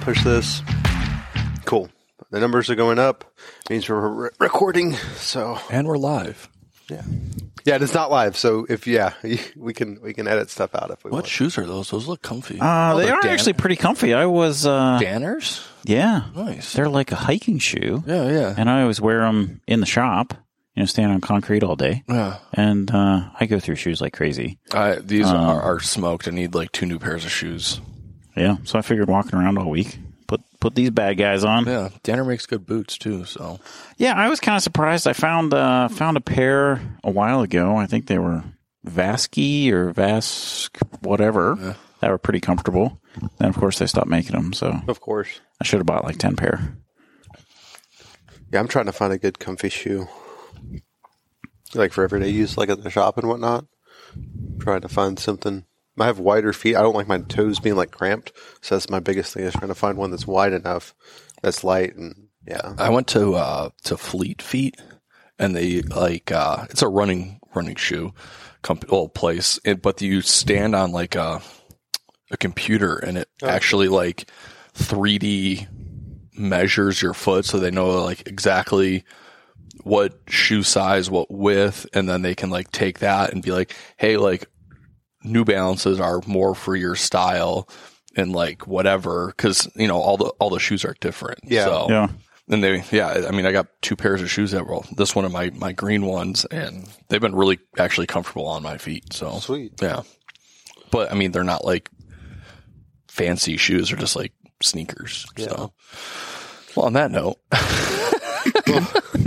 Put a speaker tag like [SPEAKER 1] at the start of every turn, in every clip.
[SPEAKER 1] push this. Cool. The numbers are going up. means we're re- recording. So
[SPEAKER 2] And we're live.
[SPEAKER 1] yeah, yeah. It's not live. So if yeah, we can we can edit stuff out if we
[SPEAKER 2] What shoes are those? Those look comfy.
[SPEAKER 3] Uh, they
[SPEAKER 2] they're
[SPEAKER 3] are
[SPEAKER 2] Dan-
[SPEAKER 3] actually pretty comfy. I was, uh,
[SPEAKER 2] Danners?
[SPEAKER 3] yeah,
[SPEAKER 2] Nice.
[SPEAKER 3] they're like a hiking shoe,
[SPEAKER 2] Yeah, yeah.
[SPEAKER 3] and I always wear them in the shop. You know, stand on concrete all day,
[SPEAKER 2] yeah.
[SPEAKER 3] and uh, I go through shoes like crazy.
[SPEAKER 2] I, these are, are smoked. I need like two new pairs of shoes.
[SPEAKER 3] Yeah, so I figured walking around all week, put put these bad guys on. Yeah,
[SPEAKER 2] Yeah. Danner makes good boots too. So
[SPEAKER 3] I was kind of surprised. I found uh, found a pair a while ago. I think they were Vasky or Vask whatever. That were pretty comfortable. Then of course they stopped making them, so
[SPEAKER 1] Of course.
[SPEAKER 3] I should have bought like ten pair.
[SPEAKER 1] Yeah, I'm trying to find a good comfy shoe, like for everyday use, like at the shop and whatnot. trying to find something. I have wider feet. I don't like my toes being like cramped. So that's my biggest thing is trying to find one that's wide enough, that's light, and yeah.
[SPEAKER 2] I went to, uh, to Fleet Feet and they like, uh, it's a running, running shoe comp- old place. It, but you stand on like a, a computer and it actually like 3D measures your foot so they know like exactly what shoe size, what width, and then they can like take that and be like, hey, like New Balances are more for your style and like whatever, because you know all the all the shoes are different.
[SPEAKER 1] Yeah.
[SPEAKER 2] So,
[SPEAKER 3] Yeah.
[SPEAKER 2] And they, yeah, I mean, I got two pairs of shoes that were this one and my my green ones, and they've been really actually comfortable on my feet. So
[SPEAKER 1] Sweet.
[SPEAKER 2] yeah. But I mean, they're not like fancy shoes; they're just like sneakers. So, well, on that note,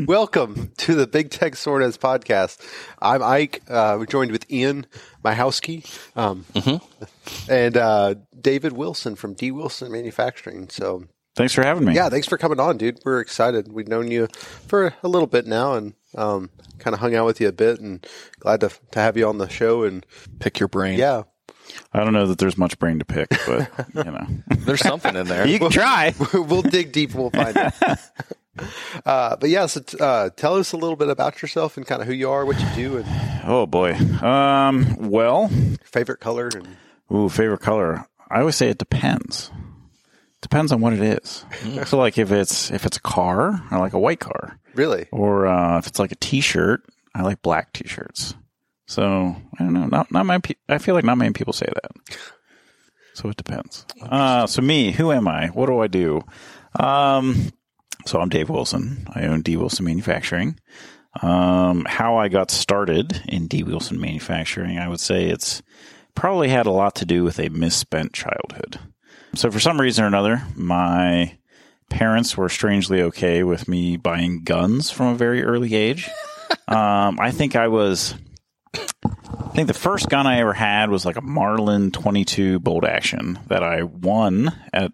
[SPEAKER 1] Welcome to the Big Tech Swordas podcast. I'm Ike, uh, joined with Ian, my housekey, um, and uh, David Wilson from D Wilson Manufacturing. So,
[SPEAKER 3] Thanks for having me.
[SPEAKER 1] yeah, thanks for coming on, dude. We're excited. We've known you for a little bit now, and um, kind of hung out with you a bit, and glad to to have you on the show. And
[SPEAKER 2] pick your brain.
[SPEAKER 1] yeah,
[SPEAKER 3] I don't know that there's much brain to pick, but you know,
[SPEAKER 2] there's something in there.
[SPEAKER 3] you can try.
[SPEAKER 1] we'll dig deep and we'll find it. Uh, but yeah, so t- uh, tell us a little bit about yourself and kind of who you are, what you do, and your
[SPEAKER 3] Oh boy. Um. Well.
[SPEAKER 1] favorite color. And
[SPEAKER 3] Ooh. Favorite color. I always say it depends. Depends on what it is. So like if it's if it's a car, I like a white car,
[SPEAKER 1] really,
[SPEAKER 3] or uh, if it's like a T-shirt, I like black T-shirts. So I don't know. Not not my. Pe- I feel like not many people say that. So it depends. Uh, so me, who am I? What do I do? Um, so I'm Dave Wilson. I own D Wilson Manufacturing. Um, how I got started in D Wilson Manufacturing, I would say it's probably had a lot to do with a misspent childhood. So for some reason or another, my parents were strangely okay with me buying guns from a very early age. um, I think I was. I think the first gun I ever had was like a Marlin 22 bolt action that I won at.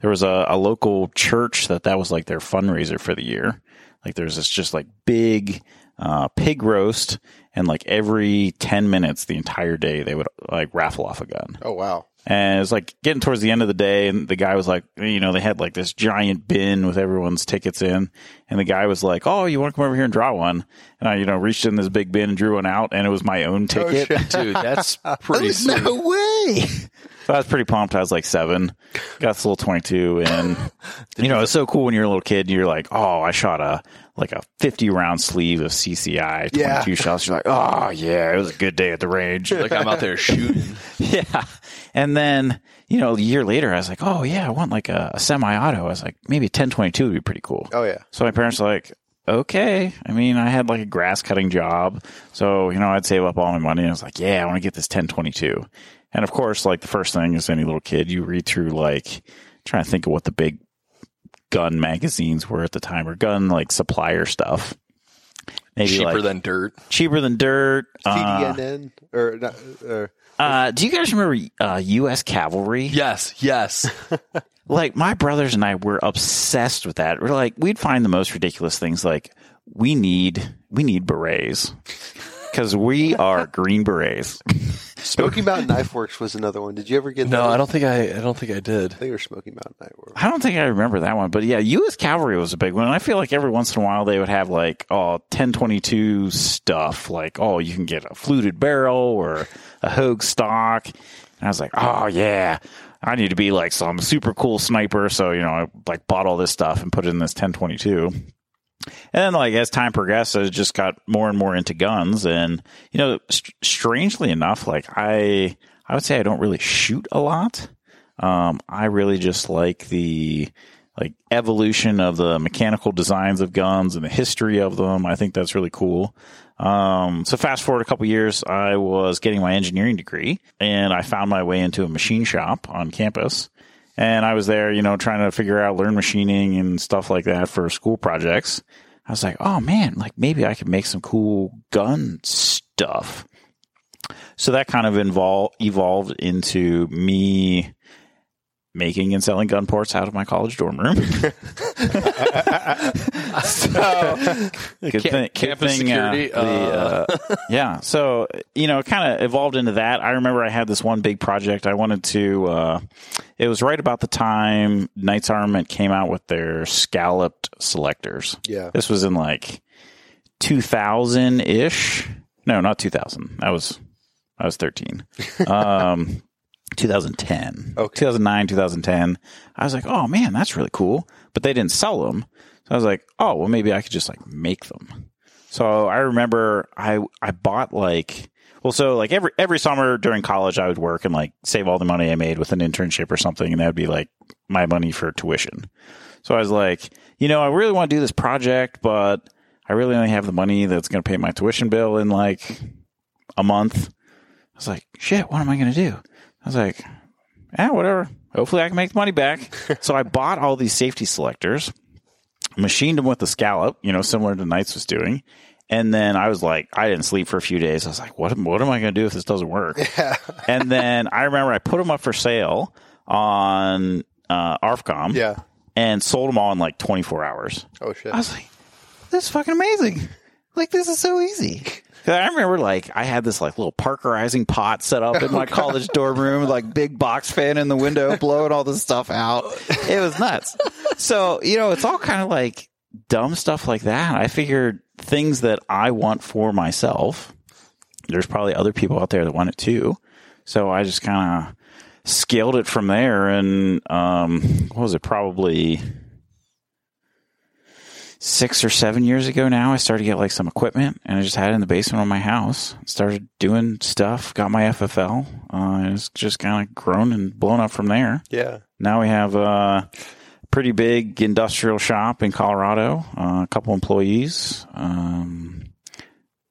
[SPEAKER 3] There was a, a local church that that was like their fundraiser for the year. Like there's this just like big uh, pig roast, and like every 10 minutes, the entire day, they would like raffle off a gun.
[SPEAKER 1] oh wow.
[SPEAKER 3] And it was like getting towards the end of the day, and the guy was like, you know, they had like this giant bin with everyone's tickets in, and the guy was like, "Oh, you want to come over here and draw one?" And I, you know, reached in this big bin and drew one out, and it was my own ticket.
[SPEAKER 2] dude. That's pretty. sweet.
[SPEAKER 1] way.
[SPEAKER 3] So I was pretty pumped. I was like seven, got this little twenty-two, and you know, it's so cool when you're a little kid. And you're like, "Oh, I shot a like a fifty-round sleeve of CCI, twenty-two
[SPEAKER 1] Yeah.
[SPEAKER 3] shots." You're like, "Oh yeah, it was a good day at the range."
[SPEAKER 2] Like I'm out there shooting.
[SPEAKER 3] Yeah. And then, you know, a year later, I was like, oh, yeah, I want like a, a semi auto. I was like, maybe a 1022 would be pretty cool.
[SPEAKER 1] Oh yeah.
[SPEAKER 3] So my parents were like, okay. I mean, I had like a grass cutting job. So, you know, I'd save up all my money. And I was like, yeah, I want to get this 1022. And of course, like the first thing is any little kid, you read through like, trying to think of what the big gun magazines were at the time or gun like supplier stuff. Maybe
[SPEAKER 2] Cheaper
[SPEAKER 3] like-
[SPEAKER 2] than dirt.
[SPEAKER 3] cheaper than dirt. uh,
[SPEAKER 1] TDNN or not? Or,
[SPEAKER 3] uh, do you guys remember uh, U.S. Cavalry?
[SPEAKER 2] Yes, yes.
[SPEAKER 3] like my brothers and I were obsessed with that. We're like, we'd find the most ridiculous things. Like we need, we need berets because we are green berets.
[SPEAKER 1] Smoky Mountain Knife Works was another one. Did you ever get?
[SPEAKER 2] No,
[SPEAKER 1] those?
[SPEAKER 2] I don't think I. I don't think I did.
[SPEAKER 1] I think it was Smoky Mountain Knife Works.
[SPEAKER 3] I don't think I remember that one, but yeah, U.S. Cavalry was a big one. And I feel like every once in a while they would have like, oh, 1022 stuff. Like, oh, you can get a fluted barrel or a Hogue stock. And I was like, oh, yeah. I need to be like some super cool sniper. So, you know, I like bought all this stuff and put it in this 1022. And then, like, as time progressed, I just got more and more into guns. And, you know, st- strangely enough, like, I, I would say I don't really shoot a lot. Um, I really just like the, like evolution of the mechanical designs of guns and the history of them. I think that's really cool. Um, so fast forward a couple years, I was getting my engineering degree and I found my way into a machine shop on campus. And I was there, you know, trying to figure out learn machining and stuff like that for school projects. I was like, oh man, like maybe I could make some cool gun stuff. So that kind of involved evolved into me making and selling gun ports out of my college dorm room. so, good
[SPEAKER 2] Ca-
[SPEAKER 3] thing, good
[SPEAKER 2] campus
[SPEAKER 3] thing, uh,
[SPEAKER 2] security,
[SPEAKER 3] the, uh, yeah. So you know, kind of evolved into that. I remember I had this one big project. I wanted to. Uh, it was right about the time Knights Armament came out with their scalloped selectors.
[SPEAKER 1] Yeah.
[SPEAKER 3] This was in like 2000 ish. No, not 2000. I was I was 13. Um, 2010.
[SPEAKER 1] Okay.
[SPEAKER 3] 2009, 2010. I was like, oh man, that's really cool. But they didn't sell them, so I was like, oh well, maybe I could just like make them. So I remember I I bought like well, so like every every summer during college, I would work and like save all the money I made with an internship or something, and that would be like my money for tuition. So I was like, you know, I really want to do this project, but I really only have the money that's going to pay my tuition bill in like a month. I was like, shit, what am I going to do? I was like, eh, whatever. Hopefully I can make the money back. so I bought all these safety selectors, machined them with the scallop, you know, similar to Knights was doing. And then I was like, I didn't sleep for a few days. I was like, what, am- what am I going to do if this doesn't work? and then I remember I put them up for sale on uh, ARFCOM
[SPEAKER 1] Yeah.
[SPEAKER 3] and sold them all in like 24 hours.
[SPEAKER 1] Oh shit.
[SPEAKER 3] I was like, this is fucking amazing. Like, this is so easy. 'Cause I remember, like, I had this, like, little parkerizing pot set up in my college dorm room, like, big box fan in the window, blowing all this stuff out. It was nuts. So, you know, it's all kind of like dumb stuff like that. I figured things that I want for myself, there's probably other people out there that want it too. So I just kind of scaled it from there. And, um, what was it? Probably six or seven years ago now, I started to get like some equipment and I just had it in the basement of my house. Started doing stuff, got my FFL. Uh, and it's just kind of grown and blown up from there.
[SPEAKER 1] yeah.
[SPEAKER 3] Now we have a pretty big industrial shop in Colorado, uh, a couple employees. Um,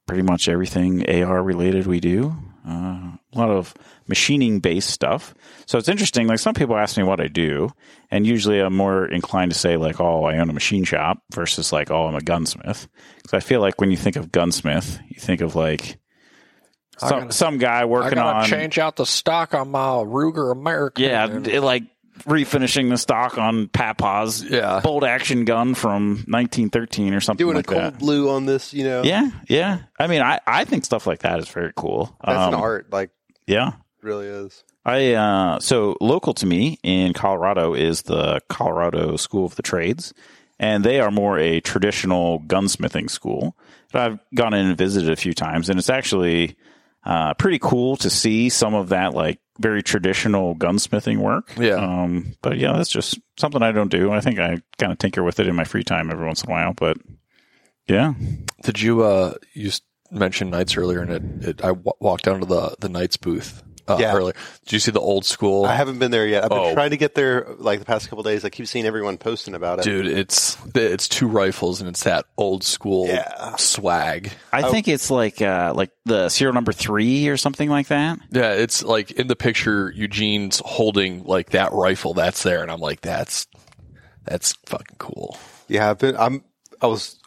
[SPEAKER 3] pretty much everything AR related we do. Uh, a lot of machining based stuff. So it's interesting. Like some people ask me what I do, and usually I'm more inclined to say like, "Oh, I own a machine shop," versus like, "Oh, I'm a gunsmith." Because I feel like when you think of gunsmith, you think of like
[SPEAKER 4] I
[SPEAKER 3] some
[SPEAKER 4] gotta-
[SPEAKER 3] some guy
[SPEAKER 4] I
[SPEAKER 3] working
[SPEAKER 4] gotta
[SPEAKER 3] on
[SPEAKER 4] change out the stock on my Ruger American.
[SPEAKER 3] yeah,
[SPEAKER 4] and-
[SPEAKER 3] it, like refinishing the stock on Papa's
[SPEAKER 2] Yeah.
[SPEAKER 3] bolt action gun from 1913 or something
[SPEAKER 1] Doing
[SPEAKER 3] like
[SPEAKER 1] a cold
[SPEAKER 3] that.
[SPEAKER 1] blue on this, you know.
[SPEAKER 3] Yeah, yeah. I mean, I, I think stuff like that is very cool.
[SPEAKER 1] That's an
[SPEAKER 3] Um,
[SPEAKER 1] art, like
[SPEAKER 3] Yeah.
[SPEAKER 1] really is.
[SPEAKER 3] I uh, so local to me in Colorado is the Colorado School of the Trades, and they are more a traditional gunsmithing school. And I've gone in and visited a few times, and it's actually uh, pretty cool to see some of that like very traditional gunsmithing work.
[SPEAKER 2] Yeah.
[SPEAKER 3] Um, but yeah, that's just something I don't do. I think I kind of tinker with it in my free time every once in a while. But yeah,
[SPEAKER 2] Did you uh you s- mentioned Knights earlier, and it, it I w- walked down to the the Knights booth uh,
[SPEAKER 1] Yeah.
[SPEAKER 2] earlier. Did you see the old school?
[SPEAKER 1] I haven't been there yet. I've been
[SPEAKER 2] Oh.
[SPEAKER 1] trying to get there like the past couple days. I keep seeing everyone posting about it.
[SPEAKER 2] Dude, it's it's two rifles and it's that old school
[SPEAKER 1] Yeah.
[SPEAKER 2] swag.
[SPEAKER 3] I think it's like uh, like the serial number three or something like that.
[SPEAKER 2] Yeah, it's like in the picture Eugene's holding like that rifle that's there, and I'm like, that's that's fucking cool.
[SPEAKER 1] Yeah, I've been. I'm. I was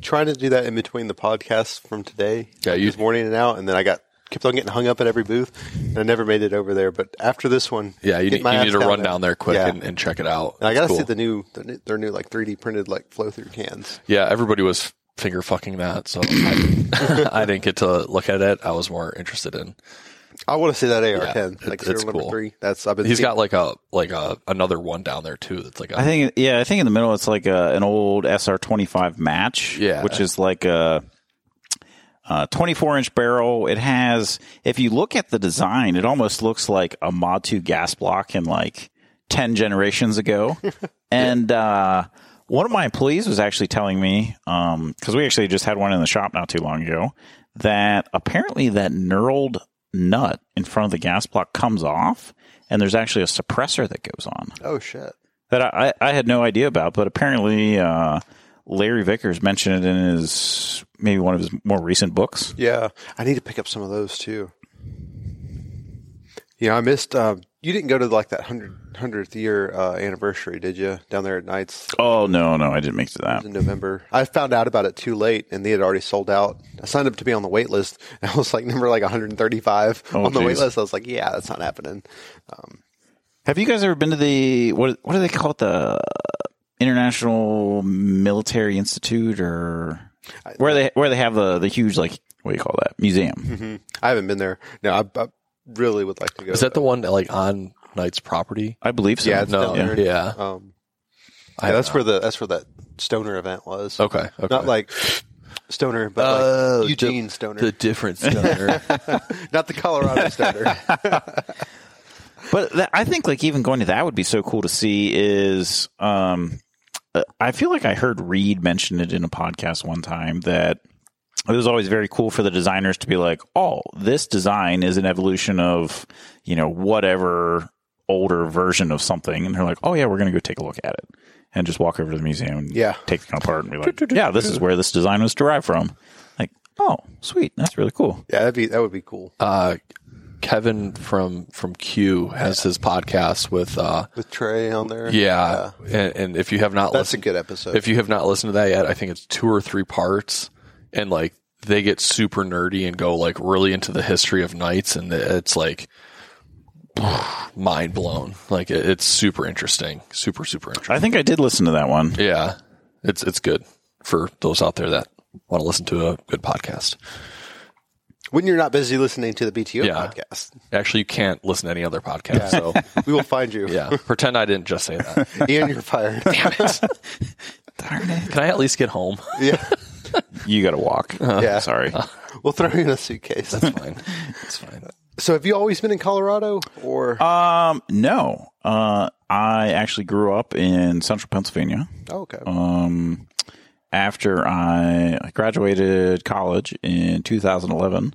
[SPEAKER 1] trying to do that in between the podcasts from today.
[SPEAKER 2] Yeah, you-
[SPEAKER 1] this morning and out, and then I got kept on getting hung up at every booth, and I never made it over there. But after this one,
[SPEAKER 2] Yeah, you,
[SPEAKER 1] get
[SPEAKER 2] need,
[SPEAKER 1] my
[SPEAKER 2] you
[SPEAKER 1] ass
[SPEAKER 2] need to run down there quick
[SPEAKER 1] Yeah.
[SPEAKER 2] and, and check it out.
[SPEAKER 1] And I
[SPEAKER 2] It's
[SPEAKER 1] gotta see
[SPEAKER 2] cool.
[SPEAKER 1] the new, their new, their new like 3D printed like flow through cans.
[SPEAKER 2] Yeah, everybody was finger fucking that, so I, I didn't get to look at it. I was more interested in.
[SPEAKER 1] I want to see that AR10,
[SPEAKER 2] Yeah,
[SPEAKER 1] like
[SPEAKER 2] it-
[SPEAKER 1] serial
[SPEAKER 2] it's
[SPEAKER 1] number
[SPEAKER 2] cool.
[SPEAKER 1] three. That's I've been.
[SPEAKER 2] He's
[SPEAKER 1] seeing-
[SPEAKER 2] got like a like a another one down there too. That's like a
[SPEAKER 3] I think yeah, I think in the middle it's like a, an old SR twenty five match,
[SPEAKER 2] Yeah.
[SPEAKER 3] which is like a uh, 24 inch barrel. It has, if you look at the design, it almost looks like a Mod 2 gas block in like 10 generations ago. and uh, one of my employees was actually telling me, because we actually just had one in the shop not too long ago, that apparently that knurled nut in front of the gas block comes off and there's actually a suppressor that goes on
[SPEAKER 1] Oh shit!
[SPEAKER 3] that I, I I had no idea about, but apparently uh, Larry Vickers mentioned it in his maybe one of his more recent books.
[SPEAKER 1] Yeah, I need to pick up some of those too. Yeah, I missed. Um, you didn't go to like that hundred hundredth year uh, anniversary, did you? Down there at Knights
[SPEAKER 3] Oh no, no, I didn't make it to that.
[SPEAKER 1] in November. I found out about it too late, and they had already sold out. I signed up to be on the wait list, and I was like number like 135
[SPEAKER 3] Oh,
[SPEAKER 1] on the wait
[SPEAKER 3] geez.
[SPEAKER 1] list. I was like, yeah, that's not happening.
[SPEAKER 3] Have you guys ever been to the what what do they call it the International Military Institute or where they where they have the the huge like what do you call that museum?
[SPEAKER 1] Mm-hmm. I haven't been there. No, I, I really would like to go.
[SPEAKER 2] Is that the one that, like on Knight's property?
[SPEAKER 3] I believe so.
[SPEAKER 1] Yeah, it's
[SPEAKER 2] No,
[SPEAKER 1] down there.
[SPEAKER 2] yeah.
[SPEAKER 1] Um,
[SPEAKER 2] I
[SPEAKER 1] yeah,
[SPEAKER 2] don't
[SPEAKER 1] that's
[SPEAKER 2] know.
[SPEAKER 1] where the that's where that stoner event was.
[SPEAKER 2] Okay, okay.
[SPEAKER 1] Not like stoner, but
[SPEAKER 3] Uh,
[SPEAKER 2] Oh,
[SPEAKER 1] like Eugene stoner,
[SPEAKER 2] the difference there.
[SPEAKER 1] not the Colorado stoner.
[SPEAKER 3] But that, I think like even going to that would be so cool to see. Is um, uh, I feel like I heard Reed mention it in a podcast one time that it was always very cool for the designers to be like, "Oh, this design is an evolution of you know whatever older version of something," and they're like, "Oh yeah, we're gonna go take a look at it." And just walk over to the museum and
[SPEAKER 1] Yeah.
[SPEAKER 3] take the gun apart and be like, yeah, this is where this design was derived from. Like, oh, sweet. That's really cool.
[SPEAKER 1] yeah, that'd be that would be cool
[SPEAKER 2] uh, Kevin from from Q has his podcast with uh,
[SPEAKER 1] with Trey on there.
[SPEAKER 2] yeah, and, and if you have not
[SPEAKER 1] that's a
[SPEAKER 2] listened,
[SPEAKER 1] good episode.
[SPEAKER 2] if you have not listened to that yet, I think it's two or three parts, and like they get super nerdy and go like really into the history of knights, and it's like mind blown. Like it, it's super interesting, super super interesting.
[SPEAKER 3] I think I did listen to that one.
[SPEAKER 2] Yeah, it's it's good for those out there that want to listen to a good podcast.
[SPEAKER 1] when you're not busy listening to the BTO
[SPEAKER 2] Yeah.
[SPEAKER 1] podcast,
[SPEAKER 2] Actually, you can't listen to any other podcast, so
[SPEAKER 1] we will find you.
[SPEAKER 2] yeah. Pretend I didn't just say that.
[SPEAKER 1] and you're fired.
[SPEAKER 2] Damn it. Can I at least get home?
[SPEAKER 1] yeah,
[SPEAKER 3] You got to walk.
[SPEAKER 1] Yeah.
[SPEAKER 3] Sorry.
[SPEAKER 1] we'll throw you in a suitcase.
[SPEAKER 2] It's fine. It's fine.
[SPEAKER 1] so, have you always been in Colorado, or
[SPEAKER 3] Um, no. Uh, I actually grew up in central Pennsylvania.
[SPEAKER 1] oh, okay,
[SPEAKER 3] Um, after I I graduated college in 2011,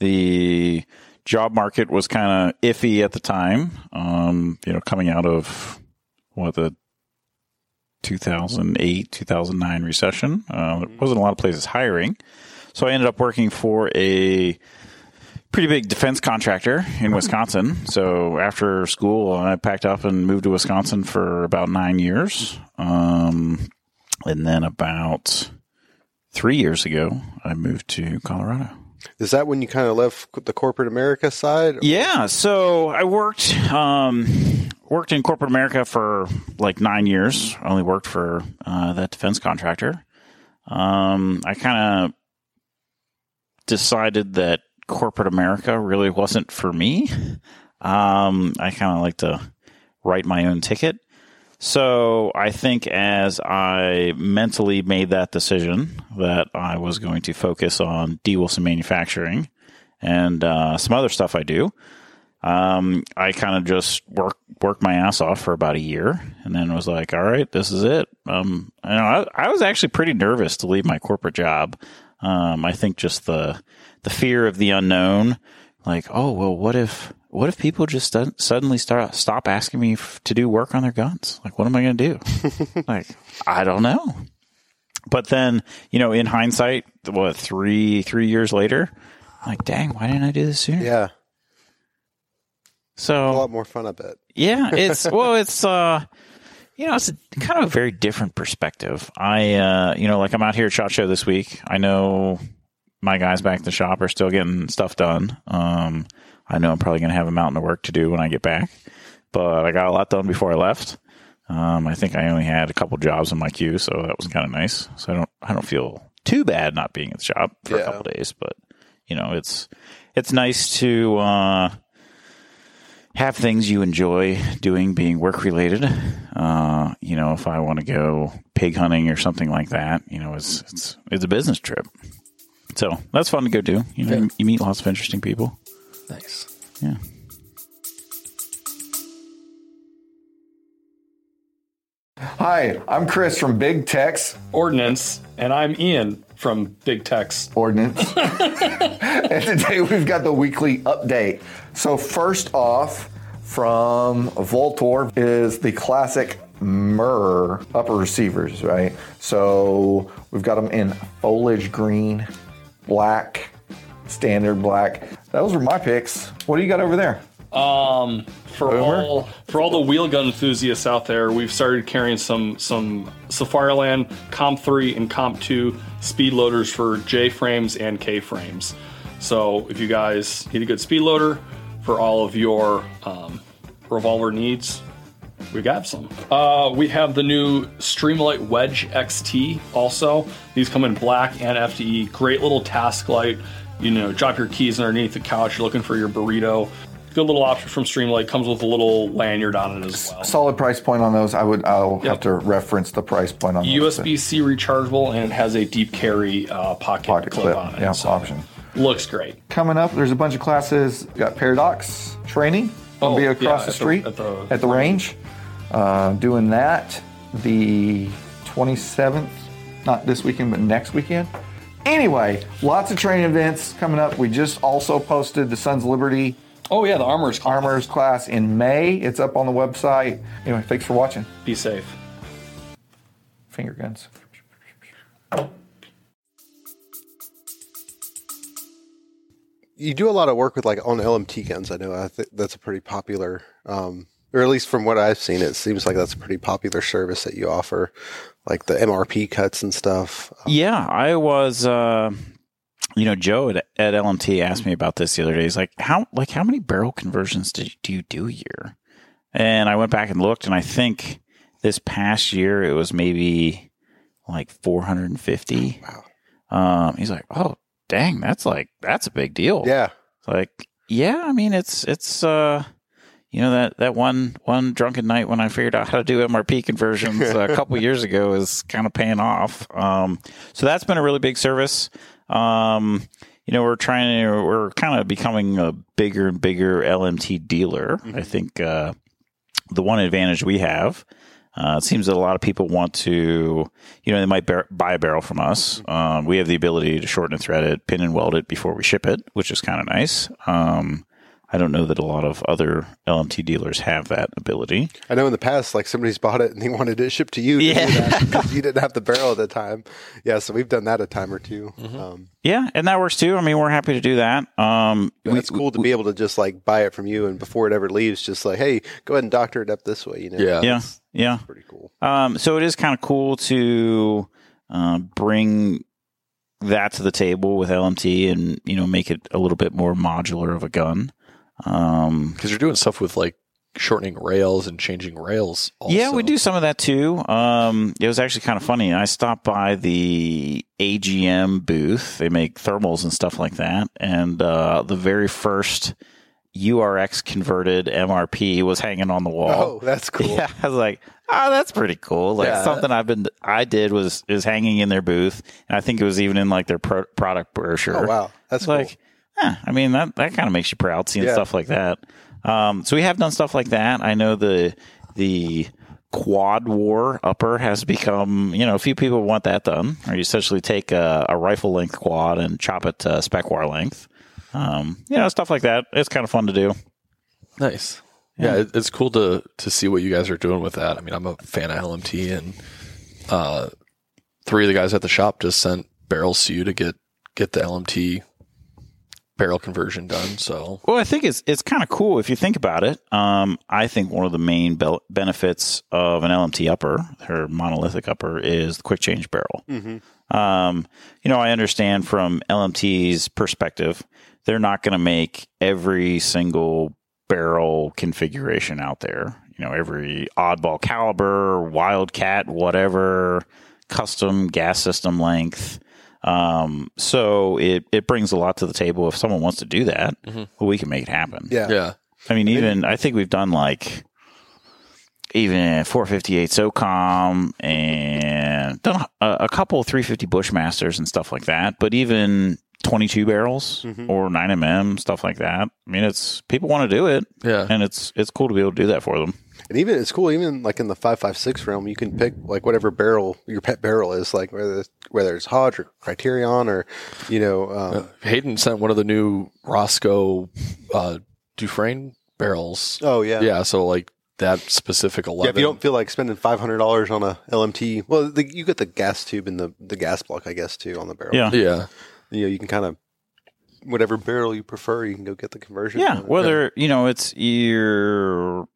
[SPEAKER 3] the job market was kind of iffy at the time. Um, you know, coming out of what the 2008 2009 recession, uh, there wasn't a lot of places hiring. So I ended up working for a pretty big defense contractor in Wisconsin. So after school, I packed up and moved to Wisconsin for about nine years. Um, and then about three years ago, I moved to Colorado.
[SPEAKER 1] is that when you kind of left the corporate America side?
[SPEAKER 3] Yeah, so I worked um, worked in corporate America for like nine years. I only worked for uh, that defense contractor. Um, I kind of decided that corporate America really wasn't for me. Um, I kind of like to write my own ticket. So I think as I mentally made that decision that I was going to focus on D Wilson Manufacturing and uh, some other stuff I do. Um, I kind of just work worked my ass off for about a year, and then was like, "All right, this is it." Um, you know, I, I was actually pretty nervous to leave my corporate job. Um, I think just the the fear of the unknown, like, "Oh well, what if what if people just stud- suddenly start stop asking me f- to do work on their guns? Like, what am I going to do? like, I don't know." But then, you know, in hindsight, what three three years later, I'm like, dang, why didn't I do this sooner?
[SPEAKER 1] yeah, a
[SPEAKER 3] So
[SPEAKER 1] lot more fun, I bet.
[SPEAKER 3] yeah, it's well, it's uh, you know, it's a, kind of a very different perspective. I uh, you know, like I'm out here at Shot Show this week. I know my guys back at the shop are still getting stuff done. Um, I know I'm probably going to have a mountain of work to do when I get back, but I got a lot done before I left. Um, I think I only had a couple jobs in my queue, so that was kind of nice. So I don't, I don't feel too bad not being at the shop for
[SPEAKER 1] Yeah.
[SPEAKER 3] a couple days, but you know, it's it's nice to uh, have things you enjoy doing being work related. Uh, you know, if I want to go pig hunting or something like that, you know, it's it's it's a business trip. So that's fun to go do. You know,
[SPEAKER 4] Yeah.
[SPEAKER 3] you meet lots of interesting people.
[SPEAKER 4] Nice.
[SPEAKER 3] Yeah.
[SPEAKER 5] Hi, I'm Chris from Big Tech's
[SPEAKER 6] Ordnance, and I'm Ian from Big Techs.
[SPEAKER 5] Ordnance. and today we've got the weekly update. So, first off, from Voltor is the classic Myrrh upper receivers, right? So, we've got them in foliage green, black, standard black. Those were my picks. What do you got over there?
[SPEAKER 6] For all for all the wheel gun enthusiasts out there, we've started carrying some some Safariland Comp 3 and Comp 2 speed loaders for J frames and K frames. So if you guys need a good speed loader for all of your um, revolver needs, We got some. Uh, we have the new Streamlight Wedge XT also. These come in black and FDE. Great little task light. You know, drop your keys underneath the couch. You're looking for your burrito. Good little option from Streamlight. Comes with a little lanyard on it as well.
[SPEAKER 5] Solid price point on those. I would, I'll have
[SPEAKER 6] Yep.
[SPEAKER 5] to reference the price point on those.
[SPEAKER 6] USB C rechargeable and it has a deep carry uh, pocket,
[SPEAKER 5] pocket
[SPEAKER 6] clip,
[SPEAKER 5] clip.
[SPEAKER 6] on it.
[SPEAKER 5] Yeah,
[SPEAKER 6] so
[SPEAKER 5] option.
[SPEAKER 6] Looks great.
[SPEAKER 5] Coming up, there's a bunch of classes. We've got Paradox training. I'll
[SPEAKER 6] Oh,
[SPEAKER 5] be across
[SPEAKER 6] yeah,
[SPEAKER 5] the
[SPEAKER 6] at the-
[SPEAKER 5] street
[SPEAKER 6] at the
[SPEAKER 5] range. Uh, doing that the 27th, not this weekend, but next weekend. Anyway, lots of training events coming up. We just also posted the Sons of Liberty
[SPEAKER 6] Oh yeah, the armor is armor.
[SPEAKER 5] Armors class in May. It's up on the website. Anyway, thanks for watching.
[SPEAKER 6] Be safe.
[SPEAKER 5] Finger guns.
[SPEAKER 1] you do a lot of work with like on LMT guns. I know I think that's a pretty popular, um, or at least from what I've seen, it seems like that's a pretty popular service that you offer, like the MRP cuts and stuff.
[SPEAKER 3] Yeah, I was. Uh, you know, Joe at, at LMT asked me about this the other day. He's like, "How like how many barrel conversions did do you do a year?" And I went back and looked, and I think this past year it was maybe like 450. Wow. Um, he's like, "Oh, dang, that's like that's a big deal."
[SPEAKER 1] Yeah,
[SPEAKER 3] It's like yeah i mean it's it's uh you know that that one one drunken night when i figured out how to do mrp conversions a couple years ago is kind of paying off um so that's been a really big service um you know we're trying to we're kind of becoming a bigger and bigger lmt dealer i think uh the one advantage we have uh, it seems that a lot of people want to, you know, they might bar- buy a barrel from us. Um, we have the ability to shorten and thread it, pin and weld it before we ship it, which is kind of nice. Um, I don't know that a lot of other LMT dealers have that ability.
[SPEAKER 1] I know in the past, like somebody's bought it and they wanted it shipped to you.
[SPEAKER 3] Yeah.
[SPEAKER 1] because you didn't have the barrel at the time. Yeah, so we've done that a time or 2 Um,
[SPEAKER 3] Yeah, and that works too. I mean, we're happy to do that. Um, we-
[SPEAKER 1] it's cool to be able to just like buy it from you and before it ever leaves, just like, hey, go ahead and doctor it up this way. You know,
[SPEAKER 2] Yeah.
[SPEAKER 3] yeah, yeah.
[SPEAKER 1] pretty cool.
[SPEAKER 3] Um, so it is kind of cool to uh, bring that to the table with LMT and you know make it a little bit more modular of a gun. Um,
[SPEAKER 2] Because you're doing stuff with like shortening rails and changing rails. Also.
[SPEAKER 3] Yeah, we do some of that too. Um, it was actually kind of funny. I stopped by the AGM booth. They make thermals and stuff like that. And uh, the very first URX converted MRP was hanging on the
[SPEAKER 1] Oh,
[SPEAKER 3] wall.
[SPEAKER 1] that's cool.
[SPEAKER 3] Yeah, I was like, oh, that's pretty cool. Like
[SPEAKER 2] Yeah.
[SPEAKER 3] something I've been I did was is hanging in their booth, and I think it was even in like their pro- product brochure.
[SPEAKER 1] Oh, wow, that's
[SPEAKER 3] It's
[SPEAKER 1] cool.
[SPEAKER 3] like, eh, I mean, that, that kind of makes you proud seeing
[SPEAKER 1] Yeah.
[SPEAKER 3] stuff like that. Um, so we have done stuff like that. I know the the quad war upper has become, you know, a few people want that done, or you essentially take a, a rifle length quad and chop it to spec war length. Um, you know, stuff like that. It's kind of fun to do.
[SPEAKER 2] Nice. Yeah, it, it's cool to to see what you guys are doing with that. I mean, I'm a fan of LMT, and uh, three of the guys at the shop just sent barrels to you to get get the LMT barrel conversion done. So
[SPEAKER 3] Well, I think it's it's kind of cool if you think about it. Um, I think one of the main bel benefits of an LMT upper, her monolithic upper, is the quick change barrel. Um, you know, I understand from LMT's perspective, they're not going to make every single barrel configuration out there. You know, every oddball caliber, wildcat, whatever, custom gas system length. Um, so it, it brings a lot to the table. If someone wants to do that, well, we can make it happen.
[SPEAKER 1] yeah.
[SPEAKER 2] yeah,
[SPEAKER 3] I mean, even I think we've done like even 458 SOCOM and done a, a couple 350 Bushmasters and stuff like that. But even 22 barrels or 9mm stuff like that. I mean, it's people want to do it.
[SPEAKER 2] Yeah.
[SPEAKER 3] And it's it's cool to be able to do that for them.
[SPEAKER 1] And even it's cool. Even like in the five five six realm, you can pick like whatever barrel your pet barrel is, like whether it's, whether it's Hodge or Criterion or you know um,
[SPEAKER 2] Uh, Hayden sent one of the new Roscoe uh, Dufresne barrels.
[SPEAKER 1] Oh yeah.
[SPEAKER 2] yeah, so like that specific eleven.
[SPEAKER 1] Yeah, if you don't feel like spending five hundred dollars on a LMT, well, the, you get the gas tube and the, the gas block, I guess, too, on the barrel.
[SPEAKER 3] Yeah.
[SPEAKER 2] yeah,
[SPEAKER 1] you know, you can kind of whatever barrel you prefer, you can go get the conversion.
[SPEAKER 3] Yeah,
[SPEAKER 1] on it.
[SPEAKER 3] whether you know it's you're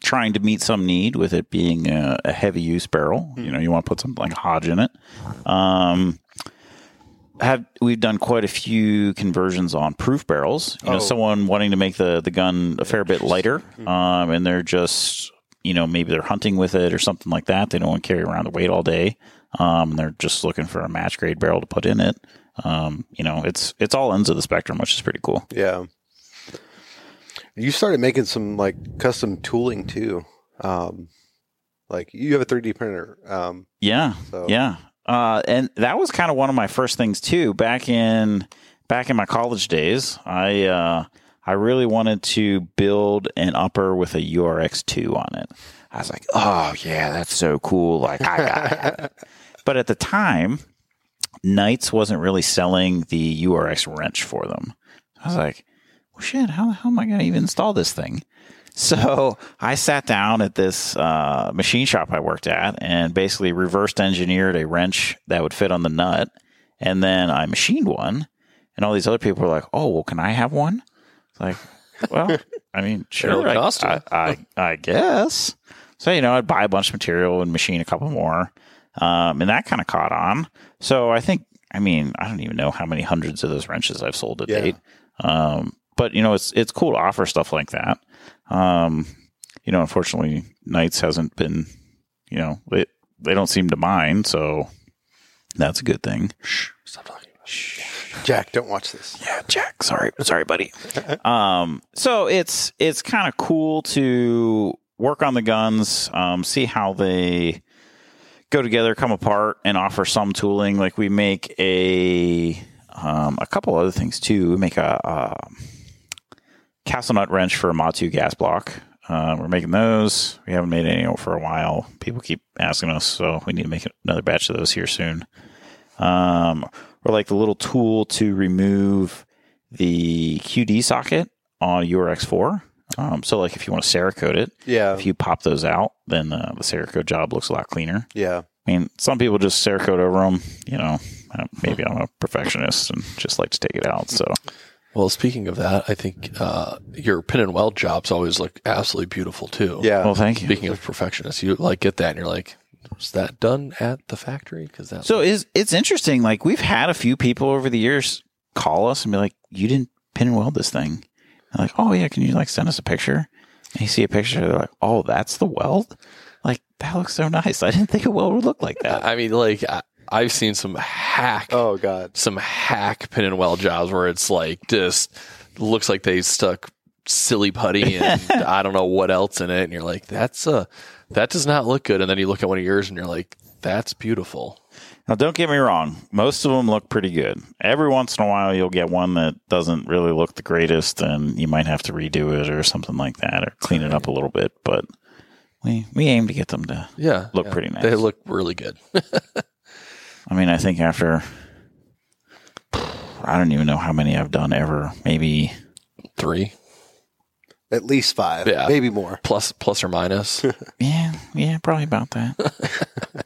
[SPEAKER 3] trying to meet some need with it being a, a heavy use barrel. You know, you want to put something like Hodge in it. Um, have we've done quite a few conversions on proof barrels? You know,
[SPEAKER 1] Oh.
[SPEAKER 3] someone wanting to make the the gun a fair bit lighter, um, and they're just you know maybe they're hunting with it or something like that. They don't want to carry around the weight all day. Um, and they're just looking for a match grade barrel to put in it. Um, you know, it's it's all ends of the spectrum, which is pretty cool.
[SPEAKER 1] yeah. You started making some like custom tooling too. Um, like you have a 3D printer. Um,
[SPEAKER 3] Yeah.
[SPEAKER 1] So-
[SPEAKER 3] Yeah. Uh, and that was kind of one of my first things too. Back in back in my college days, I uh, I really wanted to build an upper with a URX two on it. I was like, oh yeah, that's so cool. Like I gotta have it. But at the time, Knights wasn't really selling the URX wrench for them. I was like, well, shit, how the hell am I going to even install this thing? So I sat down at this uh, machine shop I worked at and basically reversed engineered a wrench that would fit on the nut. And then I machined one. And all these other people were like, oh, well, can I have one? It's like, well, I mean, sure.
[SPEAKER 2] would
[SPEAKER 3] I,
[SPEAKER 2] cost you.
[SPEAKER 3] I, I, I guess. So, you know, I'd buy a bunch of material and machine a couple more. Um, and that kind of caught on. So I think, I mean, I don't even know how many hundreds of those wrenches I've sold to
[SPEAKER 1] Yeah.
[SPEAKER 3] date. Um, but you know, it's it's cool to offer stuff like that. Um, you know, unfortunately, Knights hasn't been. You know, they they don't seem to mind, so that's a good thing.
[SPEAKER 1] Jack, don't watch this.
[SPEAKER 3] Yeah, Jack. Sorry, sorry, buddy. um, so it's it's kind of cool to work on the guns, um, see how they go together, come apart, and offer some tooling. Like we make a um, a couple other things too. We make a, um castle nut wrench for a Matu gas block. Uh, we're making those. We haven't made any for a while. People keep asking us, so we need to make another batch of those here soon um, or like the little tool to remove the QD socket on URX4. Um, so, like if you want to Cerakote it,
[SPEAKER 1] Yeah.
[SPEAKER 3] if you pop those out, then uh, the Cerakote job looks a lot cleaner.
[SPEAKER 1] Yeah.
[SPEAKER 3] I mean, some people just Cerakote over them. You know, Uh, maybe I'm a perfectionist and just like to take it out. So,
[SPEAKER 2] Well, speaking of that, I
[SPEAKER 3] Mm-hmm.
[SPEAKER 2] think uh, your pin and weld jobs always look absolutely beautiful too.
[SPEAKER 1] Yeah.
[SPEAKER 3] well, thank you.
[SPEAKER 2] Speaking of perfectionists, you like get that and you're like, was that done at the factory? Because that
[SPEAKER 3] So is it's interesting. Like we've had a few people over the years call us and be like, "You didn't pin and weld this thing." And like, oh yeah, can you like send us a picture? And you see a picture, they're like, "Oh, that's the weld." Like that looks so nice. I didn't think a weld would look like that.
[SPEAKER 2] I mean, like I, I've seen some hack,
[SPEAKER 1] Oh God.
[SPEAKER 2] some hack pin and weld jobs where it's like just looks like they stuck silly putty and I don't know what else in it, and you're like, that's a that does not look good. And then you look at one of yours and you're like, that's beautiful.
[SPEAKER 3] Now, don't get me wrong. Most of them look pretty good. Every once in a while, you'll get one that doesn't really look the greatest, and you might have to redo it or something like that, or clean it up a little bit. But we we aim to get them to
[SPEAKER 2] Yeah,
[SPEAKER 3] Look
[SPEAKER 2] yeah.
[SPEAKER 3] pretty nice.
[SPEAKER 2] They look really good.
[SPEAKER 3] I mean, I think after I don't even know how many I've done ever. Maybe
[SPEAKER 2] Three
[SPEAKER 1] At least five.
[SPEAKER 2] Yeah.
[SPEAKER 1] Maybe more.
[SPEAKER 2] plus plus or minus.
[SPEAKER 3] yeah, yeah, probably about that.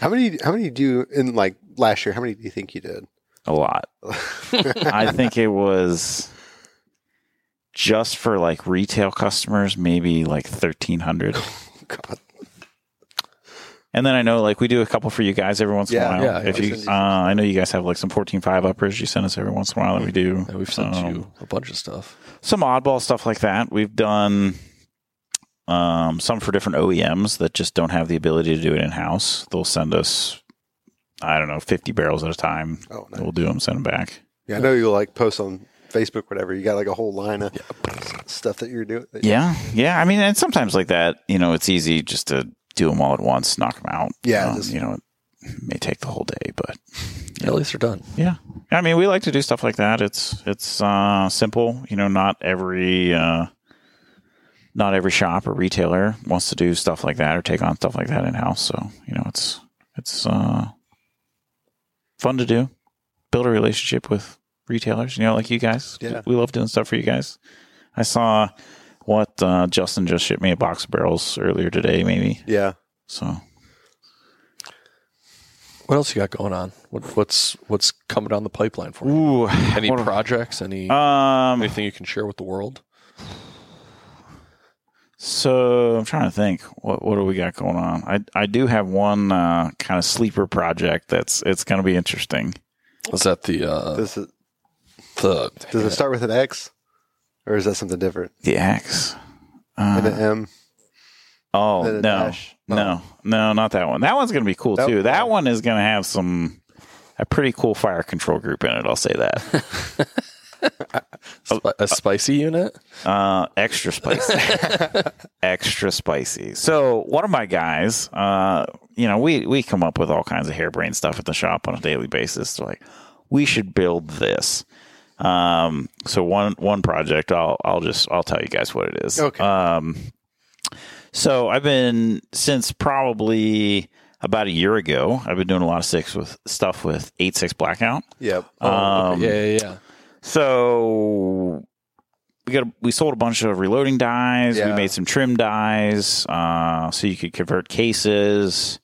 [SPEAKER 1] How many? How many do you in like last year? How many do you think you did?
[SPEAKER 3] A lot. I think it was just for like retail customers, maybe like thirteen hundred.
[SPEAKER 1] God.
[SPEAKER 3] And then I know like we do a couple for you guys every once
[SPEAKER 1] Yeah,
[SPEAKER 3] in a
[SPEAKER 2] yeah,
[SPEAKER 3] while. if
[SPEAKER 1] yeah.
[SPEAKER 3] you, uh, I know you guys have like some fourteen five uppers you send us every once in a while that we do.
[SPEAKER 2] We've sent
[SPEAKER 3] Um,
[SPEAKER 2] you a bunch of stuff.
[SPEAKER 3] some oddball stuff like that. We've done um, some for different OEMs that just don't have the ability to do it in house. They'll send us, I don't know, 50 barrels at a time.
[SPEAKER 1] Oh, nice.
[SPEAKER 3] We'll do them, send them back.
[SPEAKER 1] Yeah, I know you like post on Facebook, whatever. You got like a whole line of stuff that you're doing. that-
[SPEAKER 3] Yeah. Yeah. I mean, and sometimes like that, you know, it's easy just to do them all at once, knock them out.
[SPEAKER 1] Yeah,
[SPEAKER 3] Um,
[SPEAKER 1] just-
[SPEAKER 3] you know, it may take the whole day, but
[SPEAKER 2] Yeah, at least they're done.
[SPEAKER 3] Yeah. I mean, we like to do stuff like that. It's it's uh, simple. You know, not every uh, not every shop or retailer wants to do stuff like that or take on stuff like that in house. So you know, it's it's uh, fun to do. Build a relationship with retailers. You know, like you guys.
[SPEAKER 1] Yeah.
[SPEAKER 3] We love doing stuff for you guys. I saw what uh, Justin just shipped me a box of barrels earlier today, maybe.
[SPEAKER 1] Yeah.
[SPEAKER 3] So
[SPEAKER 2] What else you got going on? What, what's what's coming down the pipeline for you?
[SPEAKER 3] ooh,
[SPEAKER 2] Any
[SPEAKER 3] what-
[SPEAKER 2] projects? Any
[SPEAKER 3] um,
[SPEAKER 2] anything you can share with the world?
[SPEAKER 3] So I'm trying to think. What what do we got going on? I I do have one uh, kind of sleeper project that's it's going to be interesting.
[SPEAKER 2] Is that the uh,
[SPEAKER 1] Does it
[SPEAKER 2] the
[SPEAKER 1] does it start with an X, or is that something different?
[SPEAKER 3] The axe.
[SPEAKER 1] And
[SPEAKER 3] Uh,
[SPEAKER 1] an M.
[SPEAKER 3] oh
[SPEAKER 1] and
[SPEAKER 3] no,
[SPEAKER 1] a dash. Oh.
[SPEAKER 3] no, no, not that one. That one's going to be cool
[SPEAKER 1] Nope.
[SPEAKER 3] too. That one is going to have some a pretty cool fire control group in it. I'll say that. Oh,
[SPEAKER 2] spi- a spicy unit?
[SPEAKER 3] Uh, extra spicy. extra spicy. So one of my guys, uh, you know, we we come up with all kinds of harebrained stuff at the shop on a daily basis. They're like, we should build this. Um, so one one project, I'll I'll just I'll tell you guys what it is.
[SPEAKER 1] Okay.
[SPEAKER 3] Um, so I've been since probably about a year ago. I've been doing a lot of six with stuff with eight six blackout.
[SPEAKER 1] Yep. Oh,
[SPEAKER 3] Um,
[SPEAKER 2] yeah, yeah, yeah.
[SPEAKER 3] so we got a, we sold a bunch of reloading dies. We
[SPEAKER 1] Yeah.
[SPEAKER 3] made some trim dies, uh, so you could convert cases.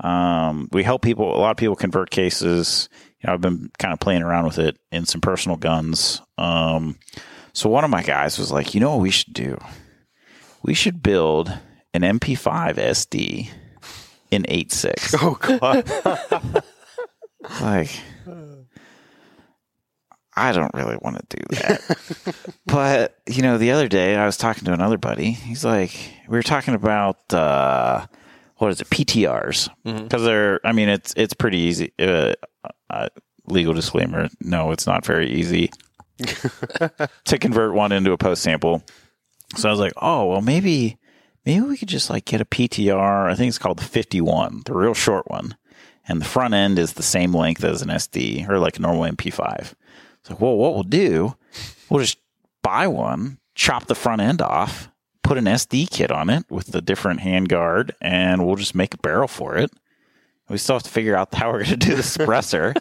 [SPEAKER 3] Um, we help people. A lot of people convert cases. You know, I've been kind of playing around with it in some personal guns. Um, so one of my guys was like, "You know what we should do? We should build an MP5 SD in 8.6.
[SPEAKER 1] Oh God.
[SPEAKER 3] like I don't really want to do that. but you know, the other day I was talking to another buddy. He's like, we were talking about uh, what is it, PTRs? Because they're, I mean, it's it's pretty easy. Uh, uh, legal disclaimer: No, it's not very easy to convert one into a post sample. So I was like, oh well, maybe maybe we could just like get a PTR. I think it's called the fifty one, the real short one, and the front end is the same length as an SD or like a normal MP five. It's like, well, what we'll do, we'll just buy one, chop the front end off, put an SD kit on it with the different handguard, and we'll just make a barrel for it. We still have to figure out how we're going to do the suppressor.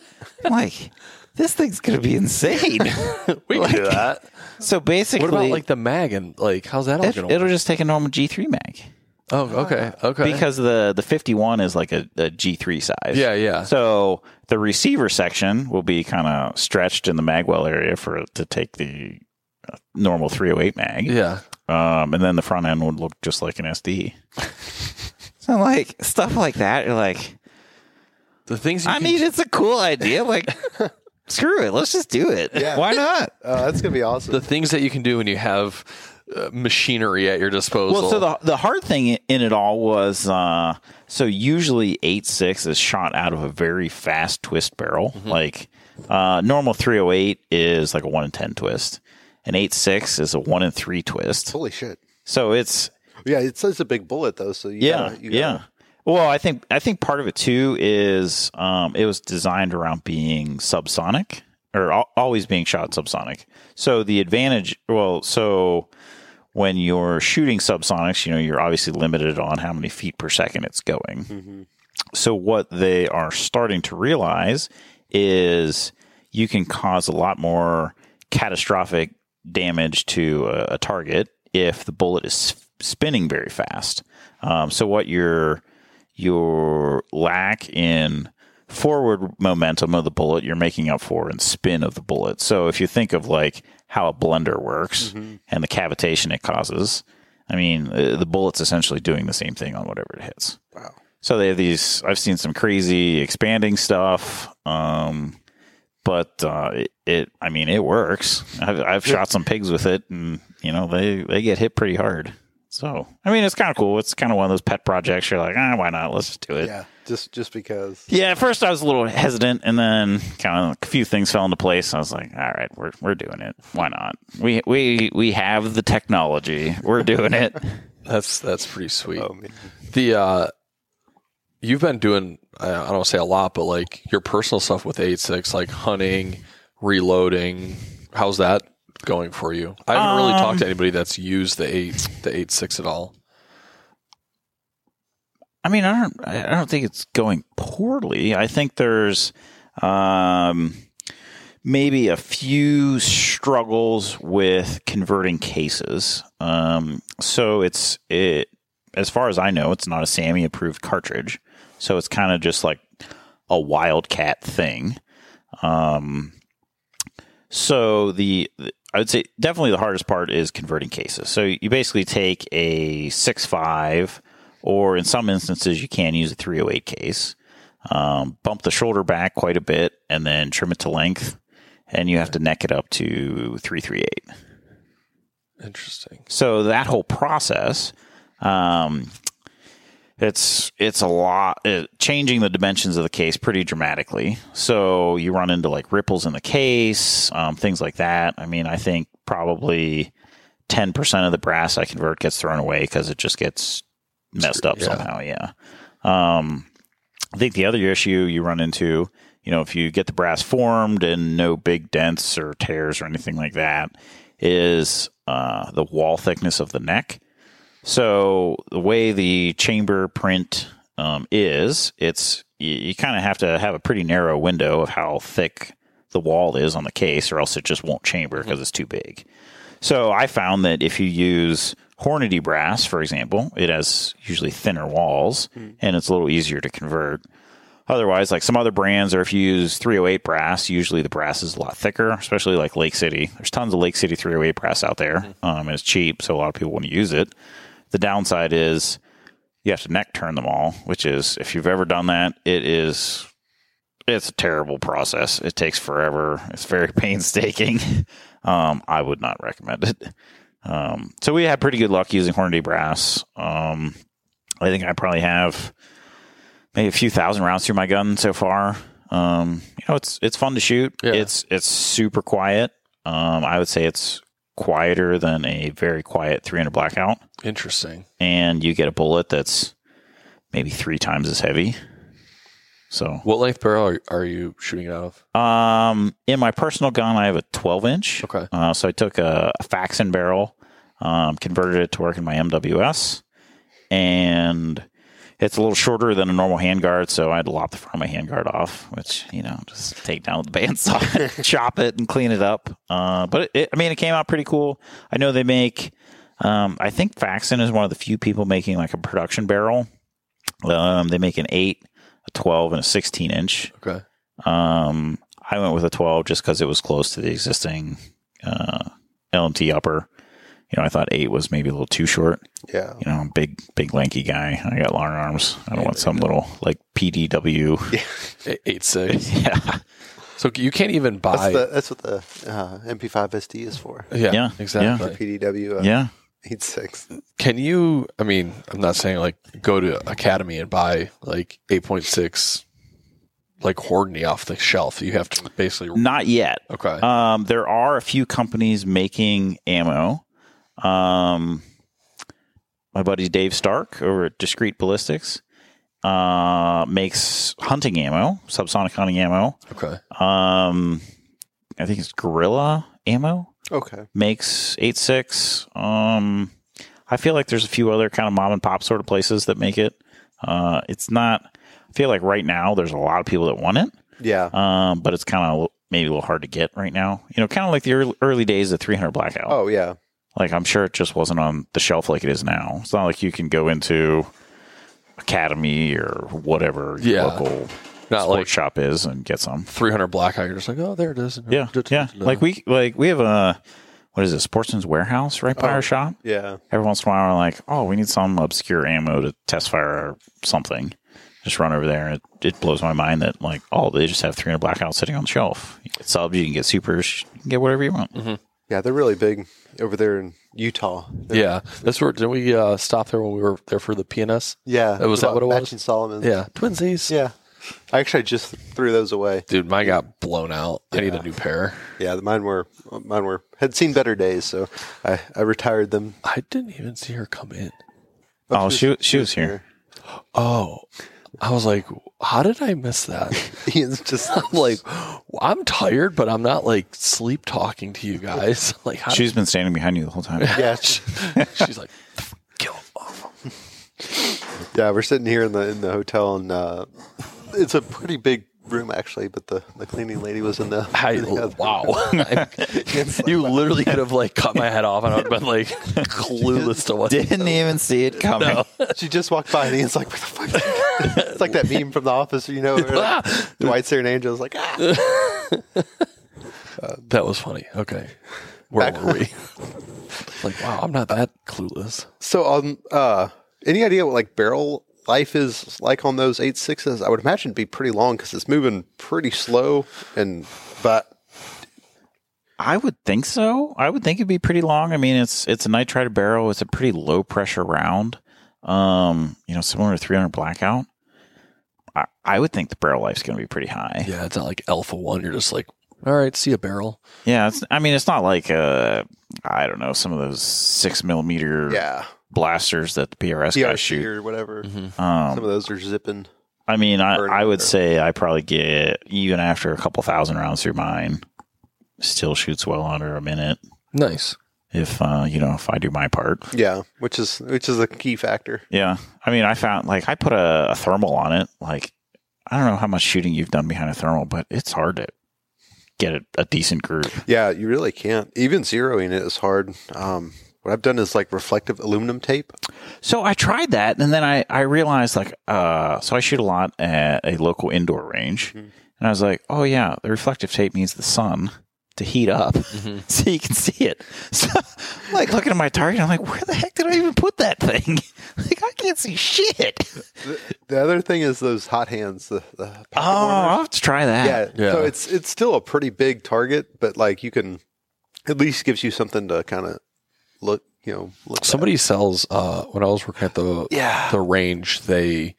[SPEAKER 3] I'm like, this thing's going to be insane.
[SPEAKER 2] We can do that.
[SPEAKER 3] so basically,
[SPEAKER 2] What about like the mag and like how's that all
[SPEAKER 3] it,
[SPEAKER 2] going
[SPEAKER 3] it'll just take a normal G3 mag
[SPEAKER 2] Oh, okay, okay.
[SPEAKER 3] because the the 51 is like a, a G3 size.
[SPEAKER 2] yeah, yeah.
[SPEAKER 3] So the receiver section will be kind of stretched in the magwell area for it to take the uh, normal 308 mag.
[SPEAKER 2] yeah.
[SPEAKER 3] Um, and then the front end would look just like an SD. so like stuff like that, you're like,
[SPEAKER 2] The things you
[SPEAKER 3] I
[SPEAKER 2] can
[SPEAKER 3] mean, it's a cool idea. Like, screw it, let's just do it.
[SPEAKER 1] Yeah.
[SPEAKER 3] Why not?
[SPEAKER 1] Uh, that's gonna be awesome.
[SPEAKER 2] the things that you can do when you have uh, machinery at your disposal.
[SPEAKER 3] Well, so the the hard thing in it all was uh, so usually eight six is shot out of a very fast twist barrel. Like uh, normal three hundred eight is like a one in ten twist, and eight six is a one in three twist.
[SPEAKER 1] Holy shit.
[SPEAKER 3] So it's
[SPEAKER 1] Yeah, it says a big bullet though, so you
[SPEAKER 3] yeah
[SPEAKER 1] gotta- you
[SPEAKER 3] yeah.
[SPEAKER 1] gotta-
[SPEAKER 3] Well, I think I think part of it too is um, it was designed around being subsonic or al- always being shot subsonic. So the advantage, well, so when you're shooting subsonics, you know, you're obviously limited on how many feet per second it's going. So what they are starting to realize is you can cause a lot more catastrophic damage to a, a target if the bullet is s- spinning very fast. Um, so what your your lack in forward momentum of the bullet you're making up for in spin of the bullet. So if you think of like how a blender works and the cavitation it causes, I mean uh, the bullet's essentially doing the same thing on whatever it hits. So they have these. I've seen some crazy expanding stuff, um, but uh, it, it. I mean, it works. I've, I've shot some pigs with it, and you know they they get hit pretty hard. So I mean, it's kind of cool. It's kind of one of those pet projects. You're like, ah, why not? Let's just do it.
[SPEAKER 1] yeah. Just just because.
[SPEAKER 3] Yeah, at first I was a little hesitant, and then kind of a few things fell into place. I was like, "All right, we're we're doing it. Why not? We we we have the technology. We're doing it."
[SPEAKER 2] that's that's pretty sweet.
[SPEAKER 1] Oh man.
[SPEAKER 2] the uh you've been doing uh, I don't wanna say a lot, but like your personal stuff with eight six, like hunting, reloading. How's that going for you? I haven't really talked to anybody that's used the eight the eight six at all.
[SPEAKER 3] I mean, I don't. I I don't think it's going poorly. I think there's um, maybe a few struggles with converting cases. Um, so it's it. As far as I know, it's not a Sammy approved cartridge. So it's kind of just like a wildcat thing. Um, so the I would say definitely the hardest part is converting cases. So you basically take a six five, or in some instances you can use a 308 case, um, bump the shoulder back quite a bit, and then trim it to length, and you have to neck it up to 338.
[SPEAKER 2] Interesting.
[SPEAKER 3] So that whole process, um, it's it's a lot it, changing the dimensions of the case pretty dramatically. So you run into like ripples in the case, um, things like that. I mean, I think probably ten percent of the brass I convert gets thrown away because it just gets messed up somehow. Yeah. Um, I think the other issue you run into, you know, if you get the brass formed and no big dents or tears or anything like that, is uh, the wall thickness of the neck. So the way the chamber print um, is, it's you, you kind of have to have a pretty narrow window of how thick the wall is on the case, or else it just won't chamber because it's too big. So I found that if you use Hornady brass, for example, it has usually thinner walls and it's a little easier to convert. Otherwise, like some other brands, or if you use 308 brass, usually the brass is a lot thicker, especially like Lake City. There's tons of Lake City 308 brass out there, um, and it's cheap, so a lot of people want to use it. The downside is you have to neck turn them all, which is if you've ever done that, it is it's a terrible process. It takes forever. It's very painstaking. Um, I would not recommend it. Um, so we had pretty good luck using Hornady brass. Um, I think I probably have maybe a few thousand rounds through my gun so far. Um, you know, it's it's fun to shoot.
[SPEAKER 2] Yeah.
[SPEAKER 3] It's it's super quiet. Um, I would say it's quieter than a very quiet 300 blackout,
[SPEAKER 2] Interesting.
[SPEAKER 3] and you get a bullet that's maybe three times as heavy. So
[SPEAKER 2] What length barrel are, are you shooting out of?
[SPEAKER 1] Uh,
[SPEAKER 3] um, in my personal gun, I have a 12 inch.
[SPEAKER 2] Okay.
[SPEAKER 3] Uh, so I took a, a Faxon barrel, um, converted it to work in my MWS, and it's a little shorter than a normal handguard. So I had to lop the front of my handguard off, which you know, just take down with the bandsaw, chop it, and clean it up. Uh, but it, it, I mean, it came out pretty cool. I know they make. Um, I think Faxon is one of the few people making like a production barrel. Um, they make an eight, a twelve, and a sixteen inch.
[SPEAKER 2] Okay.
[SPEAKER 3] Um, I went with a 12 just because it was close to the existing uh, LMT upper. You know, I thought eight was maybe a little too short.
[SPEAKER 1] Yeah.
[SPEAKER 3] You know, I'm a big, big lanky guy. I got long arms. I don't want some little like PDW.
[SPEAKER 2] Eight, eight six.
[SPEAKER 3] Yeah.
[SPEAKER 2] So you can't even
[SPEAKER 1] That's,
[SPEAKER 2] buy.
[SPEAKER 1] the, that's what the uh, MP5 SD is for.
[SPEAKER 2] yeah,
[SPEAKER 3] Yeah,
[SPEAKER 2] Exactly.
[SPEAKER 1] PDW uh,
[SPEAKER 3] Yeah.
[SPEAKER 1] 86.
[SPEAKER 2] Can you? I mean, I'm not saying like go to Academy and buy like 8.6 like Hornady off the shelf. You have to basically.
[SPEAKER 3] Not yet.
[SPEAKER 2] Okay.
[SPEAKER 3] Um, there are a few companies making ammo. Um, my buddy Dave Stark over at Discreet Ballistics uh, makes hunting ammo, subsonic hunting ammo.
[SPEAKER 2] okay.
[SPEAKER 3] Um, I think it's Gorilla Ammo
[SPEAKER 1] Okay.
[SPEAKER 3] makes eight six. Um, I feel like there's a few other kind of mom and pop sort of places that make it. Uh, it's not. I feel like right now there's a lot of people that want it
[SPEAKER 1] Yeah.
[SPEAKER 3] um, but it's kind of maybe a little hard to get right now. You know, kind of like the early, early days of 300 Blackout.
[SPEAKER 1] Oh, yeah.
[SPEAKER 3] Like, I'm sure it just wasn't on the shelf like it is now. It's not like you can go into Academy or whatever your
[SPEAKER 2] Yeah.
[SPEAKER 3] local
[SPEAKER 2] Not
[SPEAKER 3] sports
[SPEAKER 2] like-
[SPEAKER 3] shop is and get some.
[SPEAKER 2] 300 black eye. You're just like, oh, there it is.
[SPEAKER 3] Yeah, yeah. Like we like we have a what is it? Sportsman's Warehouse right
[SPEAKER 7] Oh.
[SPEAKER 3] by our shop.
[SPEAKER 1] Yeah.
[SPEAKER 3] Every once in a while, we're like, oh, we need some obscure ammo to test fire or something. Just run over there, and it, it blows my mind that like, oh, they just have 300 blackout sitting on the shelf. You can get subs, you can get supers, you can get whatever you want.
[SPEAKER 7] Mm-hmm.
[SPEAKER 1] Yeah. They're really big over there in Utah. They're-
[SPEAKER 2] Yeah, that's where didn't we uh, stop there when we were there for the PNS?
[SPEAKER 1] Yeah.
[SPEAKER 2] That was that
[SPEAKER 1] about
[SPEAKER 2] what it was?
[SPEAKER 1] Patch and Solomon.
[SPEAKER 2] Yeah, twinsies.
[SPEAKER 1] Yeah. I actually just threw those away.
[SPEAKER 2] dude, mine got blown out. I need a new pair.
[SPEAKER 1] Yeah. Mine were, mine were, had seen better days. So I, I retired them.
[SPEAKER 2] I didn't even see her come in.
[SPEAKER 3] Oh, she she was here.
[SPEAKER 1] here.
[SPEAKER 2] Oh, I was like, how did I miss that?
[SPEAKER 1] Ian's just
[SPEAKER 2] I'm like, I'm tired, but I'm not like sleep talking to you guys. Like, how
[SPEAKER 3] She's been standing behind you the whole time.
[SPEAKER 1] yeah,
[SPEAKER 2] she's like, kill him.
[SPEAKER 1] yeah. We're sitting here in the in the hotel, and uh, it's a pretty big room actually. But the, the cleaning lady was in the.
[SPEAKER 2] I,
[SPEAKER 1] in the other-
[SPEAKER 2] wow. you literally could have like cut my head off and I would have been like clueless to what.
[SPEAKER 7] Didn't even see it coming.
[SPEAKER 1] She just walked by, and Ian's like, "What the fuck?" it's like that meme from The Office, you know. Where
[SPEAKER 2] Ah!
[SPEAKER 1] like, Dwight's there, and Angel's like, ah.
[SPEAKER 2] That was funny. Okay. Where
[SPEAKER 1] Back-
[SPEAKER 2] were we? like, wow, I'm not that clueless.
[SPEAKER 1] So, um, uh, any idea what like barrel life is like on those eight sixes? I would imagine it'd be pretty long because it's moving pretty slow, and but
[SPEAKER 3] I would think so. I would think it'd be pretty long. I mean, it's it's a nitride barrel. It's a pretty low pressure round. Um, you know, similar to 300 blackout. I, I would think the barrel life's going to be pretty high.
[SPEAKER 2] Yeah, it's not like Alpha One. You're just like, all right, see a barrel.
[SPEAKER 3] Yeah, it's, I mean, it's not like uh, I don't know, some of those six millimeter
[SPEAKER 1] yeah,
[SPEAKER 3] blasters that the PRS guys
[SPEAKER 1] DRC
[SPEAKER 3] shoot.
[SPEAKER 1] or whatever.
[SPEAKER 3] Um,
[SPEAKER 1] Some of those are zipping.
[SPEAKER 3] I mean, I,
[SPEAKER 1] Burn
[SPEAKER 3] I would
[SPEAKER 1] barrel.
[SPEAKER 3] say I probably get even after a couple thousand rounds through mine, still shoots well under a minute.
[SPEAKER 2] Nice.
[SPEAKER 3] If uh, you know, if I do my part.
[SPEAKER 1] Yeah, which is which is a key factor.
[SPEAKER 3] Yeah. I mean, I found like I put a, a thermal on it. Like, I don't know how much shooting you've done behind a thermal, but it's hard to get a, a decent group.
[SPEAKER 1] Yeah, you really can't. Even zeroing it is hard. Um, what I've done is like reflective aluminum tape.
[SPEAKER 3] So I tried that and then I, I realized like, uh, so I shoot a lot at a local indoor range. And I was like, oh, yeah, the reflective tape needs the sun to heat up so you can see it. So I'm like looking at my target, I'm like, where the heck did I even put that thing? like, I can't see shit.
[SPEAKER 1] The other thing is those hot hands. The, the pocket
[SPEAKER 3] Oh, I'll have to try that.
[SPEAKER 1] Yeah.
[SPEAKER 2] Yeah.
[SPEAKER 1] So it's it's still a pretty big target, but like you can at least gives you something to kind of look, you know, look at.
[SPEAKER 2] Somebody sells uh when I was working at the
[SPEAKER 1] Yeah.
[SPEAKER 2] the range, they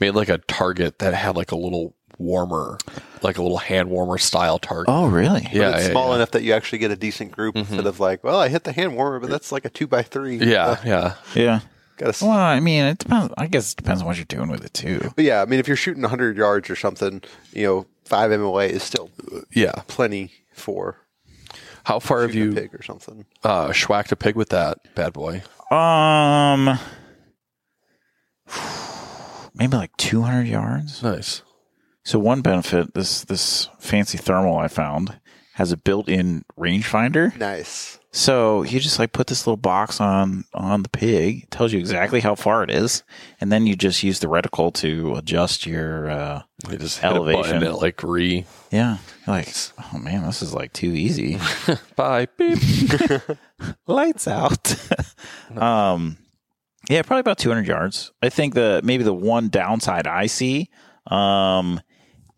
[SPEAKER 2] made like a target that had like a little warmer, like a little hand warmer style target.
[SPEAKER 3] Oh, really?
[SPEAKER 1] But
[SPEAKER 2] yeah,
[SPEAKER 1] it's
[SPEAKER 2] yeah,
[SPEAKER 1] small
[SPEAKER 2] yeah. Mm-hmm.
[SPEAKER 1] enough that you actually get a decent group instead of like, well, I hit the hand warmer, but that's like a two by three.
[SPEAKER 2] Yeah, yeah.
[SPEAKER 3] Yeah.
[SPEAKER 1] Got to
[SPEAKER 3] Well, I mean, it depends. I guess it depends on what you're doing with it too.
[SPEAKER 1] But yeah, I mean, if you're shooting 100 yards or something, you know, five MOA is still
[SPEAKER 2] Yeah.
[SPEAKER 1] plenty for
[SPEAKER 2] How far have
[SPEAKER 1] shooting a
[SPEAKER 2] you
[SPEAKER 1] pig or something.
[SPEAKER 2] uh schwacked a pig with that bad boy?
[SPEAKER 3] Um, maybe like 200 yards.
[SPEAKER 2] Nice.
[SPEAKER 3] So one benefit this this fancy thermal I found has a built-in rangefinder.
[SPEAKER 1] Nice.
[SPEAKER 3] So you just like put this little box on on the pig, it tells you exactly how far it is, and then you just use the reticle to adjust your. uh
[SPEAKER 2] They just hit a button
[SPEAKER 3] Elevation.
[SPEAKER 2] and it like re
[SPEAKER 3] Yeah, like oh man, this is like too easy.
[SPEAKER 2] bye beep.
[SPEAKER 3] lights out. um, yeah, probably about 200 yards. I think the maybe the one downside I see um,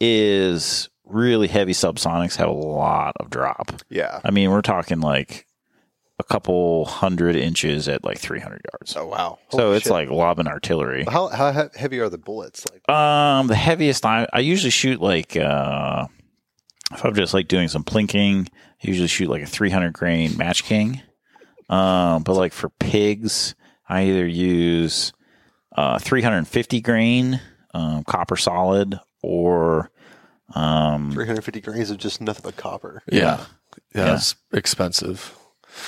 [SPEAKER 3] is really heavy subsonics have a lot of drop.
[SPEAKER 1] Yeah.
[SPEAKER 3] I mean, we're talking like a couple hundred inches at like 300 yards.
[SPEAKER 1] Oh, wow.
[SPEAKER 3] so
[SPEAKER 1] Holy
[SPEAKER 3] it's
[SPEAKER 1] shit.
[SPEAKER 3] like lobbing artillery.
[SPEAKER 1] How, how he- heavy are the bullets? Like,
[SPEAKER 3] Um, the heaviest I I usually shoot like uh, if I'm just like doing some plinking, I usually shoot like a 300 grain Match King. Um, but like for pigs, I either use uh 350 grain um, copper solid or um
[SPEAKER 1] 350 grains of just nothing but copper.
[SPEAKER 2] Yeah.
[SPEAKER 3] Yeah.
[SPEAKER 2] Yeah, it's expensive.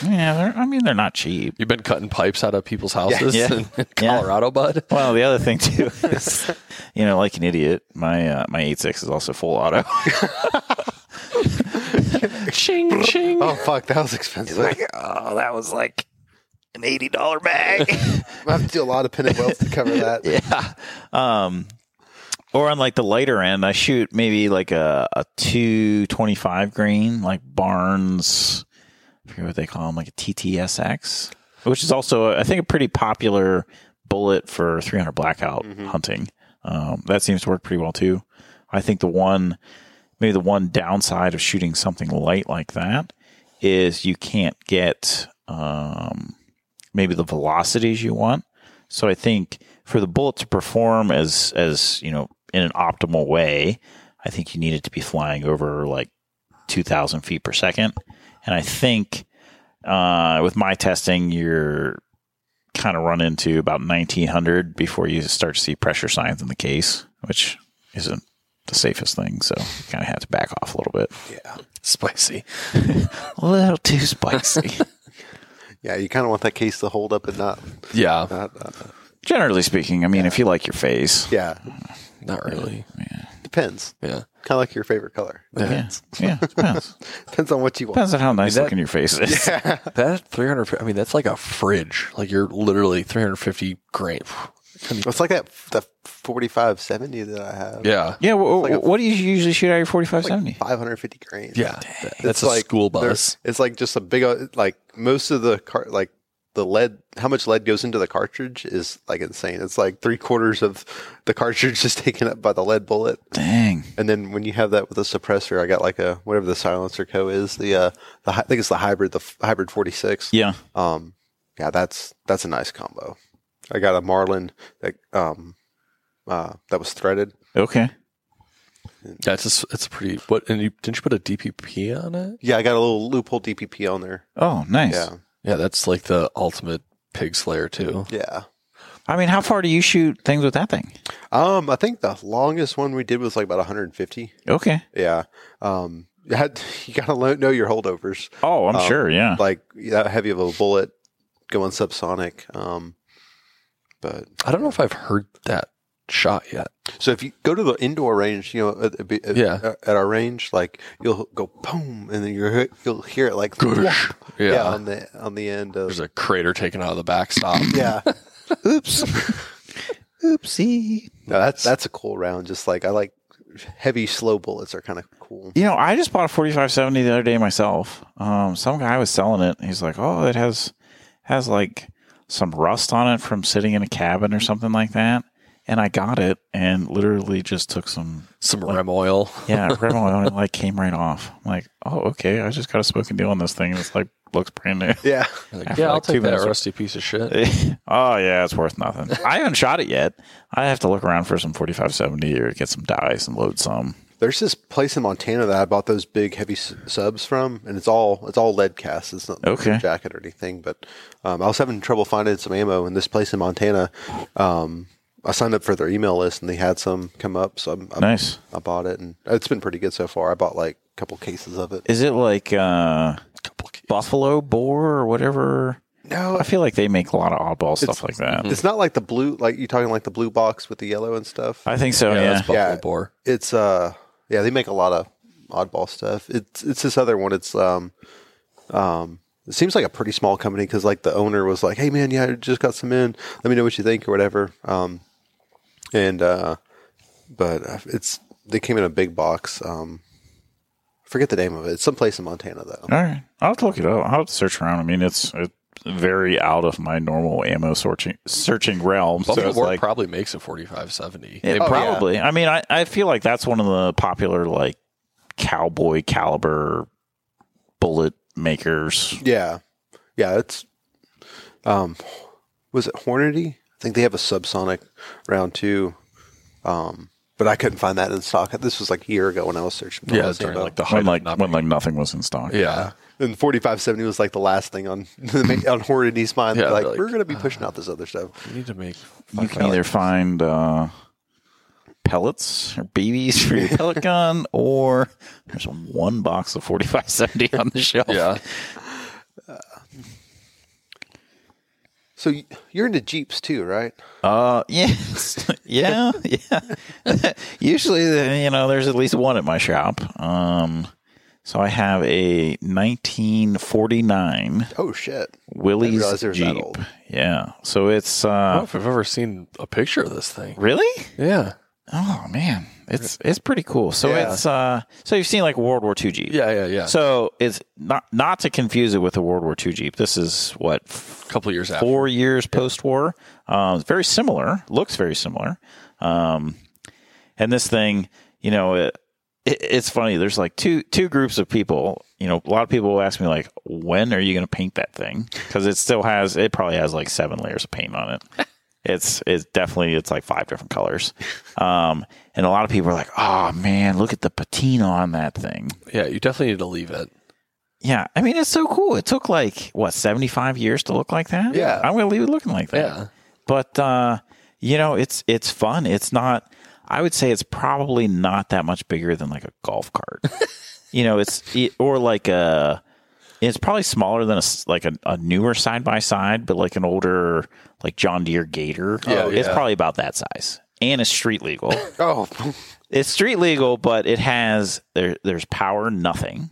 [SPEAKER 3] yeah, they're, I mean they're not cheap.
[SPEAKER 2] You've been cutting pipes out of people's houses
[SPEAKER 3] Yeah.
[SPEAKER 2] in, in Colorado, bud.
[SPEAKER 3] Well, the other thing too is, you know, like an idiot, my uh, my 86 is also full auto.
[SPEAKER 2] Ching ching.
[SPEAKER 1] Oh, fuck. That was expensive.
[SPEAKER 3] oh, that was like an $80 bag.
[SPEAKER 1] I have to do a lot of pin and welds to cover that.
[SPEAKER 3] yeah. Um, or on like the lighter end, I shoot maybe like a, a 225 grain, like Barnes, I forget what they call them, like a TTSX, which is also, I think, a pretty popular bullet for 300 blackout hunting. Um, that seems to work pretty well too. I think the one, maybe the one downside of shooting something light like that is you can't get um, maybe the velocities you want. So I think for the bullet to perform as as you know in an optimal way, I think you need it to be flying over like two thousand feet per second. And I think uh, with my testing, you're kind of run into about 1900 before you start to see pressure signs in the case, which isn't the safest thing. So you kind of have to back off a little bit.
[SPEAKER 2] Yeah. Spicy.
[SPEAKER 3] A little too spicy.
[SPEAKER 1] Yeah, you kind of want that case to hold up and not.
[SPEAKER 2] Yeah.
[SPEAKER 1] not uh,
[SPEAKER 3] Generally speaking, I mean, if you like your face,
[SPEAKER 1] yeah,
[SPEAKER 2] Not really.
[SPEAKER 1] depends.
[SPEAKER 2] Yeah.
[SPEAKER 1] Kind of like your favorite color.
[SPEAKER 3] yeah, yeah, it depends.
[SPEAKER 1] Depends on what you want.
[SPEAKER 3] depends on how nice
[SPEAKER 2] that-
[SPEAKER 3] looking your face is.
[SPEAKER 2] That 300, I mean, that's like a fridge. Like you're literally 350 grain.
[SPEAKER 1] It's like that that forty five seventy that I have.
[SPEAKER 2] Yeah.
[SPEAKER 3] Yeah, wh-
[SPEAKER 1] like a-
[SPEAKER 3] wh- what do you usually shoot out your 4570?
[SPEAKER 1] Five hundred fifty grains.
[SPEAKER 2] Yeah.
[SPEAKER 1] It's
[SPEAKER 2] That's a school
[SPEAKER 1] they're-
[SPEAKER 2] bus.
[SPEAKER 1] It's like just a big o- like most of the car like the lead how much lead goes into the cartridge is like insane. It's like three quarters of the cartridge is taken up by the lead bullet.
[SPEAKER 3] Dang.
[SPEAKER 1] And then when you have that with a suppressor, I got like a whatever the silencer co is the uh the hy- I think it's the hybrid the f- hybrid forty six.
[SPEAKER 3] Yeah.
[SPEAKER 1] Um, yeah, that's that's a nice combo. I got a Marlin that um uh that was threaded.
[SPEAKER 3] Okay.
[SPEAKER 2] That's just, it's pretty, what, and you, didn't you put a DPP on it?
[SPEAKER 1] Yeah, I got a little loophole DPP on there.
[SPEAKER 3] Oh, nice.
[SPEAKER 1] Yeah,
[SPEAKER 2] Yeah. That's like the ultimate pig slayer, too.
[SPEAKER 1] yeah.
[SPEAKER 3] I mean, how far do you shoot things with that thing?
[SPEAKER 1] Um, I think the longest one we did was like about 150.
[SPEAKER 3] Okay.
[SPEAKER 1] Yeah. Um, you, had, you gotta lo- know your holdovers.
[SPEAKER 3] Oh, I'm
[SPEAKER 1] Um,
[SPEAKER 3] sure. Yeah.
[SPEAKER 1] Like that heavy of a bullet going subsonic. Um, but
[SPEAKER 2] I don't know if I've heard that shot yet.
[SPEAKER 1] So if you go to the indoor range, you know, at, the- at,
[SPEAKER 2] Yeah.
[SPEAKER 1] at our range, like you'll go boom, and then you're, you'll hear it like
[SPEAKER 2] Goosh.
[SPEAKER 1] whop.
[SPEAKER 2] Yeah.
[SPEAKER 1] yeah. on the on the end of
[SPEAKER 2] There's a crater taken out of the backstop.
[SPEAKER 1] yeah.
[SPEAKER 3] Oops. Oopsie.
[SPEAKER 1] No, that's that's a cool round. Just like I like heavy slow bullets are kind of cool.
[SPEAKER 3] You know, I just bought a 4570 the other day myself. Um, some guy was selling it. He's like, "Oh, it has has like some rust on it from sitting in a cabin or something like that." And I got it and literally just took some
[SPEAKER 2] Some rem oil.
[SPEAKER 3] yeah, rim oil and it like came right off. I'm like, "Oh, okay. I just got a smoking deal on this thing. and It's like looks brand new."
[SPEAKER 1] Yeah,
[SPEAKER 2] Like,
[SPEAKER 3] After
[SPEAKER 2] yeah, I'll
[SPEAKER 3] like two
[SPEAKER 2] take that
[SPEAKER 3] minutes.
[SPEAKER 2] rusty piece of shit.
[SPEAKER 3] oh yeah, it's worth nothing. I haven't shot it yet. I have to look around for some 4570 or get some dice and load some.
[SPEAKER 1] there's this place in Montana that I bought those big heavy s- subs from, and it's all it's all lead cast. It's not
[SPEAKER 3] Okay.
[SPEAKER 1] leather jacket or anything. But um, I was having trouble finding some ammo in this place in Montana. Um, I signed up for their email list, and they had some come up. So I'm, I'm
[SPEAKER 3] Nice.
[SPEAKER 1] I bought it, and it's been pretty good so far. I bought like a couple cases of it.
[SPEAKER 3] Is it like uh
[SPEAKER 2] Couple of-
[SPEAKER 3] buffalo boar or whatever?
[SPEAKER 1] No,
[SPEAKER 3] I feel like they make a lot of oddball stuff like that.
[SPEAKER 1] it's not like the blue. Like you talking like the blue box with the yellow and stuff.
[SPEAKER 3] I think so. Yeah.
[SPEAKER 2] Yeah, that's buffalo
[SPEAKER 1] Yeah.
[SPEAKER 2] boar.
[SPEAKER 1] It's uh, yeah, they make a lot of oddball stuff. It's it's this other one. It's um, um, it seems like a pretty small company because like the owner was like, "Hey man, yeah, I just got some in. Let me know what you think or whatever." Um, and uh, but uh, it's they came in a big box. Um, I forget the name of it. It's someplace in Montana though.
[SPEAKER 3] All right. I'll have to look it up. I'll have to search around. I mean, it's, it's very out of my normal ammo searching searching realm. So
[SPEAKER 2] Buffalo
[SPEAKER 3] it's
[SPEAKER 2] boar
[SPEAKER 3] like,
[SPEAKER 2] probably makes a 4570.
[SPEAKER 3] Yeah, probably. I mean, I, I feel like that's one of the popular like cowboy caliber bullet makers.
[SPEAKER 1] Yeah, yeah. It's um, was it Hornady? I think they have a subsonic round too. Um, but I couldn't find that in stock. This was like a year ago when I was searching.
[SPEAKER 2] Yeah, during like the height
[SPEAKER 3] When
[SPEAKER 2] of
[SPEAKER 3] like
[SPEAKER 2] not
[SPEAKER 3] when
[SPEAKER 2] being-
[SPEAKER 3] like nothing was in stock.
[SPEAKER 2] yeah.
[SPEAKER 1] and forty five seventy was like the last thing on on Hornady's mind.
[SPEAKER 2] Yeah,
[SPEAKER 1] They're like,
[SPEAKER 2] they're like,
[SPEAKER 1] we're gonna
[SPEAKER 3] uh,
[SPEAKER 1] be pushing out this other stuff.
[SPEAKER 2] We need to make.
[SPEAKER 3] You can either find uh, pellets or BBs for your pellet gun, or there's one box of 4570 on the shelf.
[SPEAKER 2] Yeah.
[SPEAKER 1] So y- you're into jeeps too, right?
[SPEAKER 3] Uh, yes, yeah, yeah. Usually, you know, there's at least one at my shop. Um, so I have a 1949
[SPEAKER 1] Oh shit!
[SPEAKER 3] Willie's
[SPEAKER 1] realize it was that
[SPEAKER 3] Jeep.
[SPEAKER 1] old.
[SPEAKER 3] Yeah. So it's
[SPEAKER 2] I don't
[SPEAKER 3] uh,
[SPEAKER 2] know if I've ever seen a picture of this thing.
[SPEAKER 3] really
[SPEAKER 2] Yeah.
[SPEAKER 3] Oh man, it's it's pretty cool. So
[SPEAKER 1] Yeah.
[SPEAKER 3] it's uh, so you've seen like World War II Jeep.
[SPEAKER 2] Yeah, yeah, yeah.
[SPEAKER 3] So it's not not to confuse it with the World War II Jeep. This is what
[SPEAKER 2] a couple years after.
[SPEAKER 3] four years post war. Um, it's very similar. Looks very similar. Um, and this thing, you know, it, it, it's funny. There's like two two groups of people. You know, a lot of people will ask me like, when are you going to paint that thing? Because it still has it probably has like seven layers of paint on it. It's it's definitely it's like five different colors, um, and a lot of people are like, "Oh man, look at the patina on that thing."
[SPEAKER 2] Yeah, you definitely need to leave it.
[SPEAKER 3] Yeah, I mean it's so cool. It took like what seventy five years to look like that.
[SPEAKER 5] Yeah.
[SPEAKER 3] I'm gonna leave it looking like that.
[SPEAKER 2] Yeah.
[SPEAKER 3] but uh, you know it's it's fun. It's not. I would say it's probably not that much bigger than like a golf cart. you know, it's it, or like a. It's probably smaller than a s- like a, a newer side by side, but like an older like John Deere Gator. Oh,
[SPEAKER 5] Yeah,
[SPEAKER 3] it's
[SPEAKER 5] yeah.
[SPEAKER 3] probably about that size, and it's street legal.
[SPEAKER 1] Oh,
[SPEAKER 3] it's street legal, but it has there. There's power, nothing.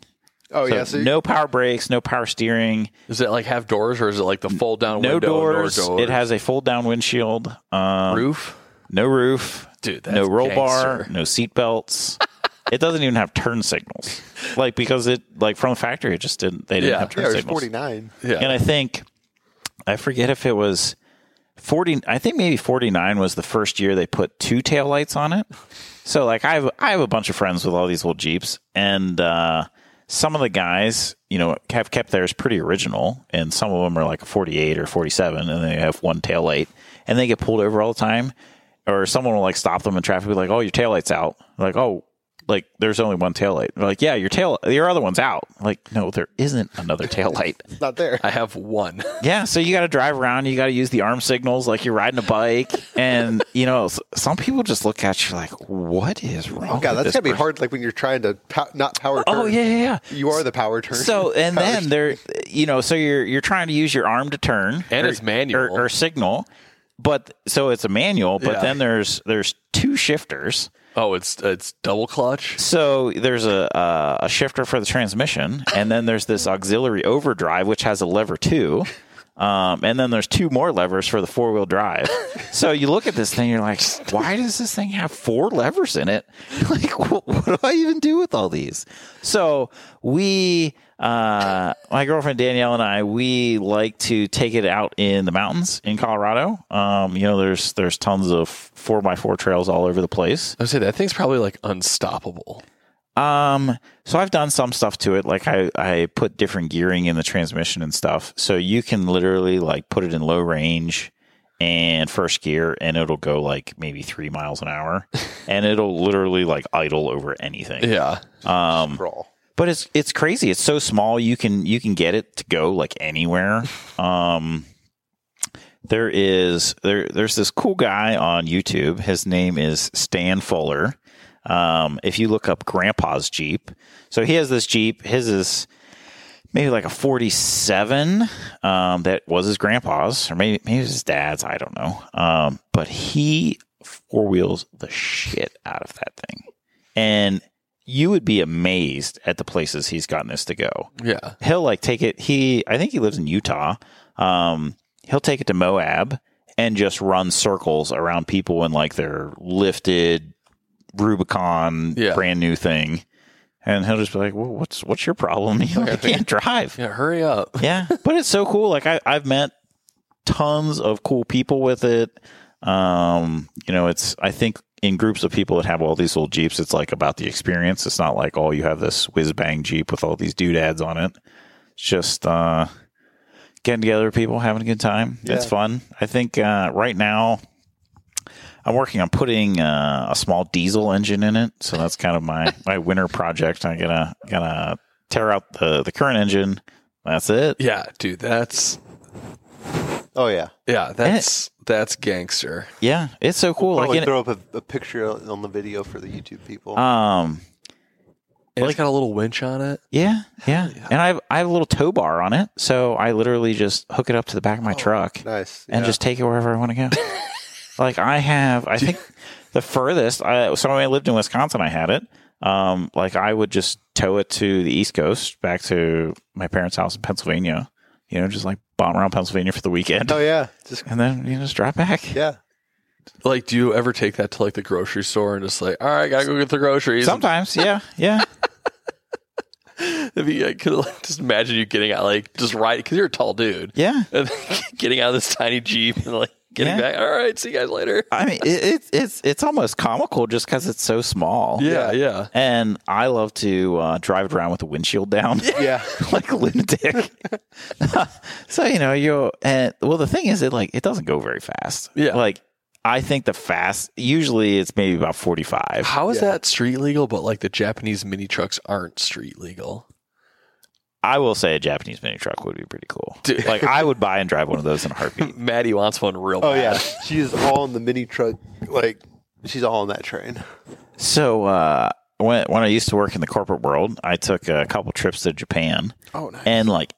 [SPEAKER 1] oh
[SPEAKER 3] So
[SPEAKER 1] yeah. So you-
[SPEAKER 3] no power brakes, no power steering,
[SPEAKER 2] Is it like have doors or is it like the fold down
[SPEAKER 3] no
[SPEAKER 2] window?
[SPEAKER 3] doors.
[SPEAKER 2] No doors.
[SPEAKER 3] It has a fold down windshield, um,
[SPEAKER 2] roof.
[SPEAKER 3] no roof,
[SPEAKER 2] Dude, that's
[SPEAKER 3] no roll bar,
[SPEAKER 2] gangster.
[SPEAKER 3] no seat belts. it doesn't even have turn signals, like because it like from the factory, it just didn't. They didn't
[SPEAKER 2] Yeah.
[SPEAKER 3] have turn
[SPEAKER 1] yeah, it was
[SPEAKER 3] signals.
[SPEAKER 1] forty nine.
[SPEAKER 2] Yeah.
[SPEAKER 3] And I think I forget if it was forty. I think maybe forty nine was the first year they put two taillights on it. So like I have I have a bunch of friends with all these old Jeeps, and uh, some of the guys you know have kept theirs pretty original, and some of them are like a forty eight or forty seven, and they have one taillight, and they get pulled over all the time, or someone will like stop them in traffic, be like, "Oh, your taillight's out," like, "Oh." Like there's only one taillight. They're like, yeah, your tail, your other one's out. Like, no, there isn't another taillight.
[SPEAKER 1] It's not there.
[SPEAKER 2] I have one.
[SPEAKER 3] Yeah, so you got to drive around. You got to use the arm signals like you're riding a bike, and you know s- some people just look at you like, "What is wrong?"
[SPEAKER 1] Oh god,
[SPEAKER 3] with
[SPEAKER 1] that's
[SPEAKER 3] this
[SPEAKER 1] gotta be
[SPEAKER 3] person?"
[SPEAKER 1] hard. Like when you're trying to pow- not power. Turn.
[SPEAKER 3] Oh yeah, yeah, yeah.
[SPEAKER 1] You are the power turn.
[SPEAKER 3] So and then they're you know so you're you're trying to use your arm to turn
[SPEAKER 2] And it's manual.
[SPEAKER 3] or, or signal, but so it's a manual. But
[SPEAKER 2] Yeah.
[SPEAKER 3] then there's there's two shifters.
[SPEAKER 2] Oh, it's it's double clutch.
[SPEAKER 3] So there's a uh, a shifter for the transmission, and then there's this auxiliary overdrive, which has a lever too. Um, and then there's two more levers for the four wheel drive. So you look at this thing, you're like, why does this thing have four levers in it? Like, wh- what do I even do with all these? So we, uh, my girlfriend Danielle and I, we like to take it out in the mountains in Colorado. Um, you know, there's there's tons of four by four trails all over the place.
[SPEAKER 2] I would say that thing's probably like unstoppable.
[SPEAKER 3] Um, so I've done some stuff to it. Like I, I put different gearing in the transmission and stuff. So you can literally like put it in low range and first gear and it'll go like maybe three miles an hour and it'll literally like idle over anything.
[SPEAKER 2] Yeah.
[SPEAKER 3] Um,
[SPEAKER 1] Brawl.
[SPEAKER 3] but it's, it's crazy. It's so small. You can, you can get it to go like anywhere. Um, there is there there's this cool guy on YouTube. His name is Stan Fuller. Um, if you look up Grandpa's Jeep, so he has this Jeep. His is maybe like a 47 um, that was his grandpa's, or maybe maybe it was his dad's. I don't know. Um, but he four wheels the shit out of that thing, and you would be amazed at the places he's gotten this to go
[SPEAKER 2] Yeah.
[SPEAKER 3] he'll like take it he i think he lives in utah um he'll take it to moab and just run circles around people in like their lifted rubicon
[SPEAKER 2] Yeah.
[SPEAKER 3] brand new thing and he'll just be like well, what's what's your problem you like, can't drive
[SPEAKER 2] Yeah. Hurry up.
[SPEAKER 3] yeah but it's so cool like I, i've met tons of cool people with it um you know it's i think in groups of people that have all these old jeeps it's like about the experience it's not like oh you have this whiz bang jeep with all these doodads on it it's just uh getting together with people having a good time it's fun i think uh right now i'm working on putting uh, a small diesel engine in it so that's kind of my my winter project i'm gonna gonna tear out the the current engine that's it
[SPEAKER 2] Yeah, dude. That's
[SPEAKER 1] Oh yeah.
[SPEAKER 2] yeah. That's that's gangster.
[SPEAKER 3] yeah it's so cool
[SPEAKER 1] Like
[SPEAKER 3] like in,
[SPEAKER 1] throw up a, a picture on the video for the YouTube people.
[SPEAKER 3] um
[SPEAKER 2] And it's got a little winch on it.
[SPEAKER 3] Yeah, yeah. And I have I have a little tow bar on it, so I literally just hook it up to the back of my truck
[SPEAKER 1] Oh, nice.
[SPEAKER 3] and
[SPEAKER 1] yeah.
[SPEAKER 3] just take it wherever I want to go. like I have, I think the furthest. I, so when I lived in Wisconsin, I had it. Um, like I would just tow it to the East Coast, back to my parents' house in Pennsylvania. You know, just like bomb around Pennsylvania for the weekend,
[SPEAKER 1] Oh yeah. Just
[SPEAKER 3] and then you know, just drive back.
[SPEAKER 1] yeah.
[SPEAKER 2] Like, do you ever take that to like the grocery store and just like, all right, gotta go get the groceries?
[SPEAKER 3] Sometimes, yeah, yeah.
[SPEAKER 2] If you- I could like, just imagine you getting out, like, just right because you're a tall dude.
[SPEAKER 3] Yeah.
[SPEAKER 2] And then getting out of this tiny jeep and like getting
[SPEAKER 3] Yeah.
[SPEAKER 2] back. All right, see you guys later.
[SPEAKER 3] I mean, it, it's it's it's almost comical just because it's so small.
[SPEAKER 2] Yeah, yeah.
[SPEAKER 3] And I love to uh, drive it around with the windshield down,
[SPEAKER 1] Yeah.
[SPEAKER 3] like a lunatic. so you know you and well the thing is it like it doesn't go very fast.
[SPEAKER 2] Yeah.
[SPEAKER 3] like I think the fast usually it's maybe about forty five.
[SPEAKER 2] How is that street legal? But like the Japanese mini trucks aren't street legal.
[SPEAKER 3] I will say a Japanese mini truck would be pretty cool. Like I would buy and drive one of those in a heartbeat.
[SPEAKER 2] Maddie wants one real
[SPEAKER 1] Oh yeah, she's all in the mini truck. Like she's all on that train.
[SPEAKER 3] So uh, when when I used to work in the corporate world, I took a couple trips to Japan.
[SPEAKER 1] Oh, nice.
[SPEAKER 3] and like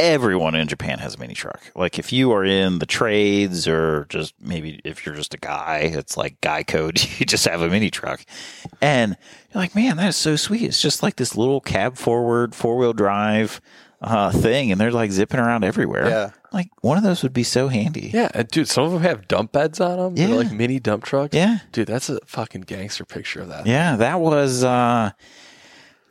[SPEAKER 3] everyone in Japan has a mini truck. Like if you are in the trades or just maybe if you're just a guy, it's like guy code. You just have a mini truck, and you're like, man, that is so sweet. It's just like this little cab forward, four wheel drive uh, thing, and they're like zipping around everywhere.
[SPEAKER 1] Yeah.
[SPEAKER 3] like one of those would be so handy.
[SPEAKER 2] Yeah, and dude, some of them have dump beds on them.
[SPEAKER 3] Yeah.
[SPEAKER 2] They're like mini dump trucks.
[SPEAKER 3] Yeah.
[SPEAKER 2] Dude, that's a fucking gangster picture of that.
[SPEAKER 3] Yeah, that was uh,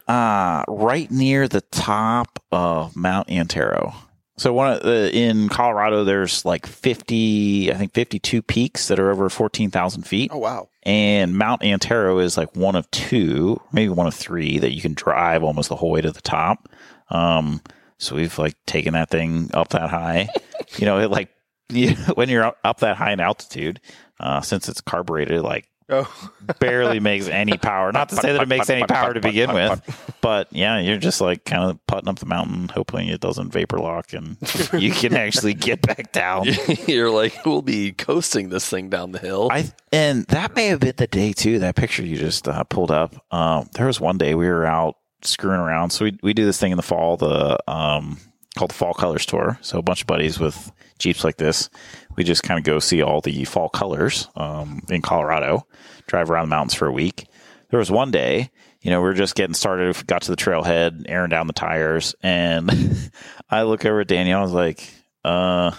[SPEAKER 3] uh, right near the top of Mount Antero. So one of the in Colorado, there's like fifty, I think fifty-two peaks that are over fourteen thousand feet,
[SPEAKER 1] Oh wow.
[SPEAKER 3] and Mount Antero is like one of two, maybe one of three that you can drive almost the whole way to the top. Um, so we've like taken that thing up that high, you know, it like you when you're up, up that high in altitude, uh, since it's carbureted, like
[SPEAKER 1] Oh,
[SPEAKER 3] barely makes any power. Not to say that it makes any power to begin with, but yeah, you're just like kind of putting up the mountain, hoping it doesn't vapor lock and you can actually get back down.
[SPEAKER 2] You're like, we'll be coasting this thing down the hill.
[SPEAKER 3] I and that may have been the day too. That picture you just uh, pulled up. Um, there was one day we were out screwing around. So we we do this thing in the fall, the um, called the Fall Colors Tour. So a bunch of buddies with jeeps like this, we just kind of go see all the fall colors um, in Colorado, drive around the mountains for a week. There was one day, you know, we were just getting started. Got to the trailhead, airing down the tires, and I look over at Danielle. I was like, uh.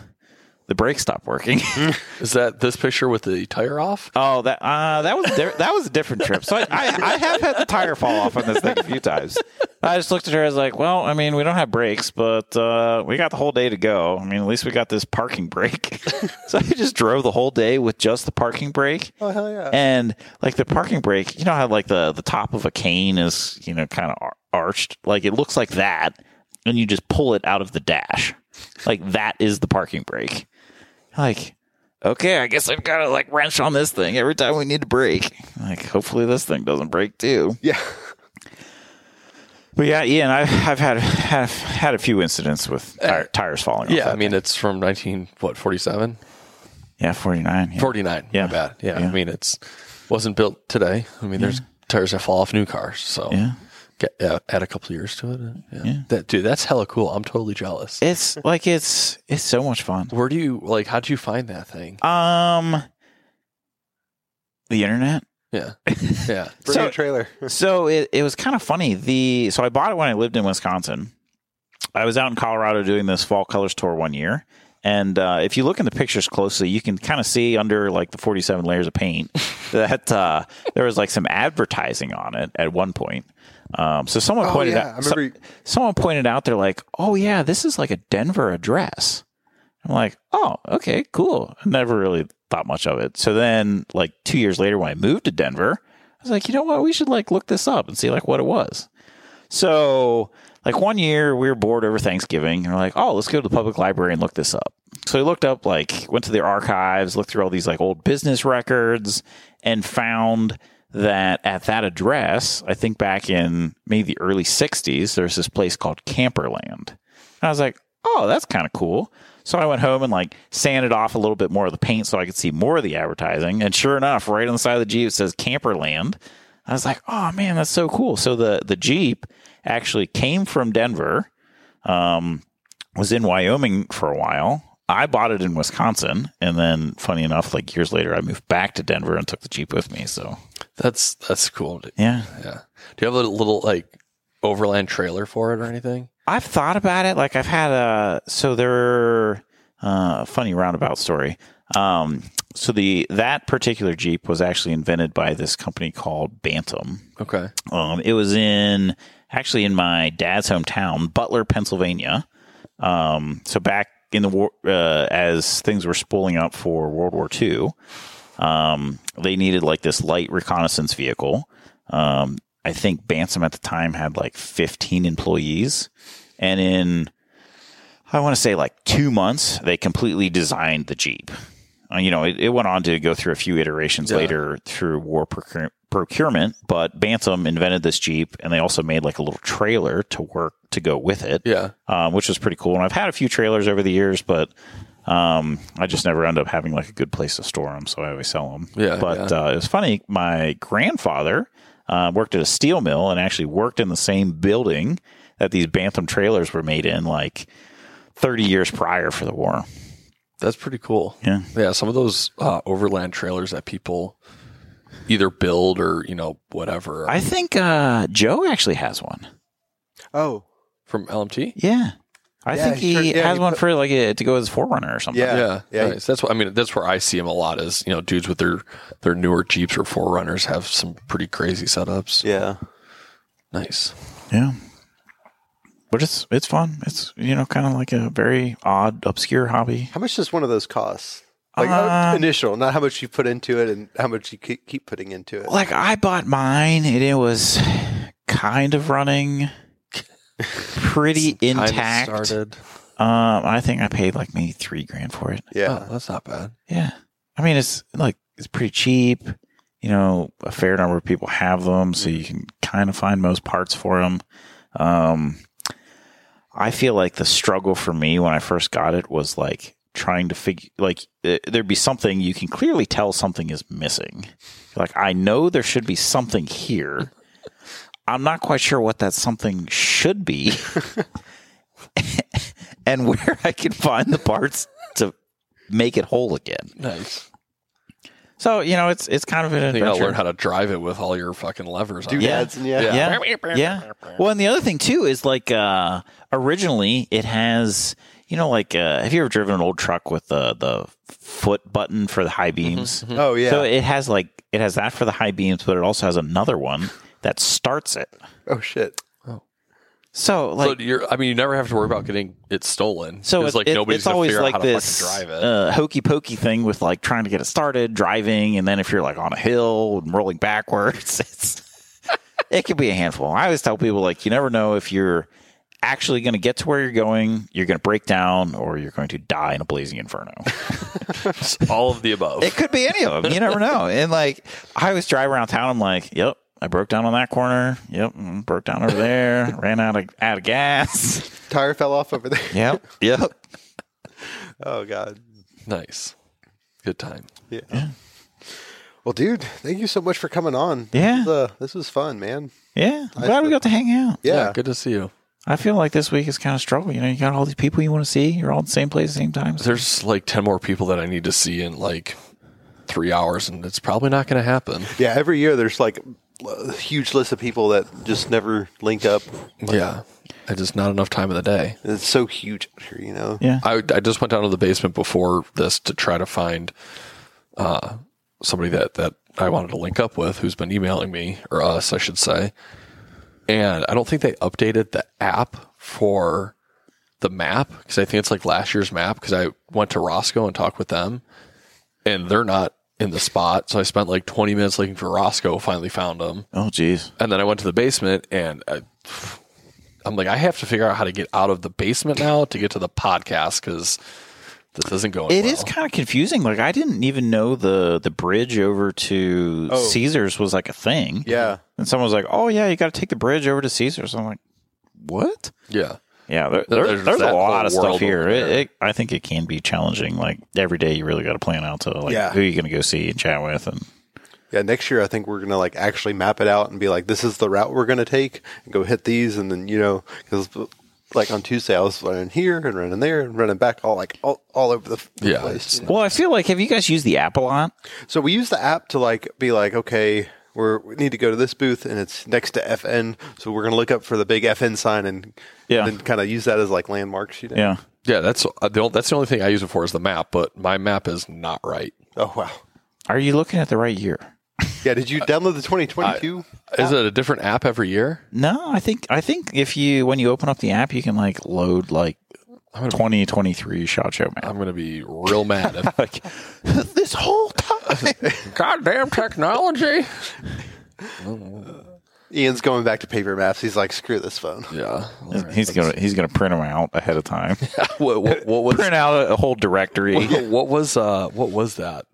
[SPEAKER 3] The brakes stopped working.
[SPEAKER 2] Is that this picture with the tire off?
[SPEAKER 3] Oh, that uh, that was di- that was a different trip. So I, I, I have had the tire fall off on this thing a few times. I just looked at her. I was like, "Well, I mean, we don't have brakes, but uh, we got the whole day to go. I mean, at least we got this parking brake." so I just drove the whole day with just the parking brake.
[SPEAKER 1] oh hell yeah.
[SPEAKER 3] And like the parking brake, you know how like the the top of a cane is you know kind of ar- arched, like it looks like that, and you just pull it out of the dash, like that is the parking brake. Like, okay, I guess I've got to like wrench on this thing every time we need to brake. Like, hopefully this thing doesn't break too.
[SPEAKER 1] yeah.
[SPEAKER 3] But yeah, Ian, I've I've had have had a few incidents with tire, tires falling. off
[SPEAKER 2] Yeah,
[SPEAKER 3] that
[SPEAKER 2] I mean, it's from 19, what, 47?
[SPEAKER 3] thing. yeah, forty nine. Yeah.
[SPEAKER 2] 49.
[SPEAKER 3] Yeah.
[SPEAKER 2] My bad. Yeah,
[SPEAKER 3] Yeah.
[SPEAKER 2] I mean, it's wasn't built today. I mean, there's tires that fall off new cars. So
[SPEAKER 3] Yeah.
[SPEAKER 2] get, yeah, add a couple years to it. Yeah. That, dude, that's hella cool. I'm totally jealous.
[SPEAKER 3] It's like it's it's so much fun.
[SPEAKER 2] Where do you, like, how'd you find that thing?
[SPEAKER 3] Um, the internet.
[SPEAKER 2] Yeah. Yeah.
[SPEAKER 1] Bring
[SPEAKER 3] So-
[SPEAKER 1] a trailer.
[SPEAKER 3] so it, it was kind of funny. The so I bought it when I lived in Wisconsin. I was out in Colorado doing this fall colors tour one year, and uh, if you look in the pictures closely, you can kind of see under like the forty-seven layers of paint that uh, there was like some advertising on it at one point. Um, so someone
[SPEAKER 1] Oh,
[SPEAKER 3] pointed
[SPEAKER 1] yeah, I
[SPEAKER 3] out. so-
[SPEAKER 1] remember-
[SPEAKER 3] someone pointed out they're like, "Oh yeah, this is like a Denver address." I'm like, oh, okay, cool. I never really thought much of it. So then, like two years later, when I moved to Denver, I was like, you know what? We should like look this up and see like what it was. So, like one year, we were bored over Thanksgiving, and we're like, oh, let's go to the public library and look this up. So I looked up, like, went to their archives, looked through all these like old business records, and found that at that address, I think back in maybe the early '60s, there's this place called Camperland. And I was like, oh, that's kind of cool. So I went home and like sanded off a little bit more of the paint so I could see more of the advertising. And sure enough, right on the side of the Jeep it says Camperland. I was like, oh man, that's so cool. So the the Jeep actually came from Denver, um, was in Wyoming for a while. I bought it in Wisconsin, and then funny enough, like years later, I moved back to Denver and took the Jeep with me. So
[SPEAKER 2] That's, that's cool. dude.
[SPEAKER 3] yeah,
[SPEAKER 2] Yeah. Do you have a little, like, overland trailer for it or anything?
[SPEAKER 3] I've thought about it. Like I've had a so there uh funny roundabout story. Um so the that particular Jeep was actually invented by this company called Bantam.
[SPEAKER 2] Okay.
[SPEAKER 3] Um, it was in actually in my dad's hometown, Butler, Pennsylvania. Um, so back in the war, uh, as things were spooling up for World War II, um, they needed like this light reconnaissance vehicle. Um, I think Bantam at the time had like 15 employees, and in I want to say like two months, they completely designed the Jeep. Uh, you know, it, it went on to go through a few iterations later through war procure- procurement, but Bantam invented this Jeep and they also made like a little trailer to work to go with it,
[SPEAKER 2] Yeah.
[SPEAKER 3] um, which was pretty cool. And I've had a few trailers over the years, but um, I just never end up having like a good place to store them. So I always sell them.
[SPEAKER 2] Yeah,
[SPEAKER 3] But Uh, it was funny. My grandfather uh, worked at a steel mill and actually worked in the same building that these Bantam trailers were made in like 30 years prior for the war.
[SPEAKER 2] That's pretty cool.
[SPEAKER 3] Yeah.
[SPEAKER 2] Yeah. Some of those uh, overland trailers that people either build or, you know, whatever
[SPEAKER 3] I think uh, Joe actually has one.
[SPEAKER 1] Oh,
[SPEAKER 2] from LMT.
[SPEAKER 3] Yeah. I
[SPEAKER 1] Yeah,
[SPEAKER 3] think he
[SPEAKER 1] sure. Yeah,
[SPEAKER 3] has
[SPEAKER 1] he
[SPEAKER 3] one
[SPEAKER 1] put-
[SPEAKER 3] for like a, to go as forerunner or something.
[SPEAKER 1] Yeah.
[SPEAKER 2] Yeah,
[SPEAKER 1] Yeah.
[SPEAKER 2] nice. That's what I mean. That's where I see them a lot. Is you know, dudes with their their newer Jeeps or Forerunners have some pretty crazy setups.
[SPEAKER 1] yeah.
[SPEAKER 2] Nice.
[SPEAKER 3] Yeah. But it's it's fun. It's you know kind of like a very odd obscure hobby.
[SPEAKER 1] How much does one of those cost? Like
[SPEAKER 3] Uh,
[SPEAKER 1] uh, initial, not how much you put into it and how much you keep keep putting into it.
[SPEAKER 3] Like I bought mine and it was kind of running pretty
[SPEAKER 2] Kinda
[SPEAKER 3] intact. Um
[SPEAKER 2] started.
[SPEAKER 3] I think I paid like maybe 3 grand for it.
[SPEAKER 2] Oh,
[SPEAKER 1] Yeah.
[SPEAKER 2] that's not bad.
[SPEAKER 3] Yeah. I mean, it's like, it's pretty cheap. You know, a fair number of people have them, so you can kind of find most parts for them. Um, I feel like the struggle for me when I first got it was like trying to figure, like, th- there'd be something you can clearly tell something is missing. Like, I know there should be something here. I'm not quite sure what that something should be and where I can find the parts to make it whole again.
[SPEAKER 2] Nice.
[SPEAKER 3] So you know, it's it's kind of an
[SPEAKER 2] You gotta learn
[SPEAKER 3] adventure.
[SPEAKER 2] how to drive it with all your fucking levers. on
[SPEAKER 1] Doodads
[SPEAKER 2] it.
[SPEAKER 1] and yeah.
[SPEAKER 2] Yeah.
[SPEAKER 3] Yeah, yeah. Well, and the other thing too is like uh, originally it has you know like uh, have you ever driven an old truck with the the foot button for the high
[SPEAKER 2] Mm-hmm.
[SPEAKER 3] beams?
[SPEAKER 1] Oh yeah.
[SPEAKER 3] So it has like it has that for the high beams, but it also has another one that starts it.
[SPEAKER 1] oh shit.
[SPEAKER 3] So
[SPEAKER 2] So
[SPEAKER 3] like
[SPEAKER 2] you're, I mean, you never have to worry about getting it stolen.
[SPEAKER 3] So
[SPEAKER 2] it's like nobody's
[SPEAKER 3] it's
[SPEAKER 2] gonna
[SPEAKER 3] always
[SPEAKER 2] figure
[SPEAKER 3] like
[SPEAKER 2] out how
[SPEAKER 3] this
[SPEAKER 2] to fucking drive it.
[SPEAKER 3] Uh, hokey pokey thing with like trying to get it started, driving, and then if you're like on a hill and rolling backwards, it's it can be a handful. I always tell people like you never know if you're actually going to get to where you're going, you're going to break down, or you're going to die in a blazing inferno.
[SPEAKER 2] all of the above.
[SPEAKER 3] Uh, it could be any of them. You never know. And like I always drive around town, I'm like, yep. I broke down on that corner. Yep, mm, broke down over there. ran out of out of gas.
[SPEAKER 1] Tire fell off over there.
[SPEAKER 3] Yep, yep.
[SPEAKER 1] Oh god.
[SPEAKER 2] nice. Good time.
[SPEAKER 1] Yeah. Well, dude, thank you so much for coming on.
[SPEAKER 3] Yeah.
[SPEAKER 1] This was, uh, this was fun, man.
[SPEAKER 3] Yeah, I'm glad we got to hang out.
[SPEAKER 1] Yeah.
[SPEAKER 2] Good to see you.
[SPEAKER 3] I feel like this week is kind of struggle. You know, you got all these people you want to see. You're all in the same place at the same time.
[SPEAKER 2] There's like 10 more people that I need to see in like three hours, and it's probably not going to happen.
[SPEAKER 1] Yeah. Every year, there's like a huge list of people that just never link up.
[SPEAKER 2] Yeah. It's just not enough time of the day.
[SPEAKER 1] It's so huge, out here, you know.
[SPEAKER 3] Yeah.
[SPEAKER 2] I, I just went down to the basement before this to try to find uh, somebody that, that I wanted to link up with who's been emailing me, or us, I should say. And I don't think they updated the app for the map because I think it's like last year's map because I went to Roscoe and talked with them and they're not in the spot. So I spent like 20 minutes looking for Roscoe, finally found them.
[SPEAKER 3] Oh, geez.
[SPEAKER 2] And then I went to the basement and I, I'm like, I have to figure out how to get out of the basement now to get to the podcast because this isn't going
[SPEAKER 3] It
[SPEAKER 2] well.
[SPEAKER 3] is kind of confusing. Like I didn't even know the the bridge over to
[SPEAKER 2] Oh.
[SPEAKER 3] Caesars was like a thing.
[SPEAKER 1] Yeah.
[SPEAKER 3] And someone was like, "Oh yeah, you got to take the bridge over to Caesars." I'm like, "What?"
[SPEAKER 2] Yeah.
[SPEAKER 3] Yeah, there,
[SPEAKER 2] There-
[SPEAKER 3] there-
[SPEAKER 2] there's
[SPEAKER 3] there's,
[SPEAKER 2] that
[SPEAKER 3] a lot of
[SPEAKER 2] whole
[SPEAKER 3] stuff
[SPEAKER 2] world
[SPEAKER 3] here.
[SPEAKER 2] over
[SPEAKER 3] It,
[SPEAKER 2] there.
[SPEAKER 3] it, I think it can be challenging. Like every day, you really got to plan out to like
[SPEAKER 1] Yeah.
[SPEAKER 3] who you're going to go see and chat with, and
[SPEAKER 1] Yeah, next year I think we're gonna like actually map it out and be like, this is the route we're gonna take, and go hit these, and then you know, because like on Tuesday I was running here and running there and running back, all like all, all over the f-
[SPEAKER 2] Yeah,
[SPEAKER 1] place.
[SPEAKER 3] well, I feel like have you guys used the app a lot?
[SPEAKER 1] So we use the app to like be like, okay, we're, we need to go to this booth, and it's next to FN, so we're gonna look up for the big FN sign and
[SPEAKER 3] Yeah.
[SPEAKER 1] and kind of use that as like landmarks. You know?
[SPEAKER 3] Yeah,
[SPEAKER 2] Yeah. That's uh, the, on- that's the only thing I use it for is the map, but my map is not right.
[SPEAKER 1] Oh wow.
[SPEAKER 3] are you looking at the right year?
[SPEAKER 1] Yeah. Did you download the 2022?
[SPEAKER 3] Uh,
[SPEAKER 2] Is it a different app every year?
[SPEAKER 3] No, I think I think if you when you open up the app, you can like load like twenty twenty three shot show map.
[SPEAKER 2] I'm going to be real mad. If,
[SPEAKER 3] Like this whole time,
[SPEAKER 2] Goddamn technology.
[SPEAKER 1] Ian's going back to paper maps. He's like, screw this phone.
[SPEAKER 2] Yeah.
[SPEAKER 3] He's gonna he's gonna print them out ahead of time.
[SPEAKER 2] what, what, what was
[SPEAKER 3] print out a whole directory.
[SPEAKER 2] what, what was uh what was that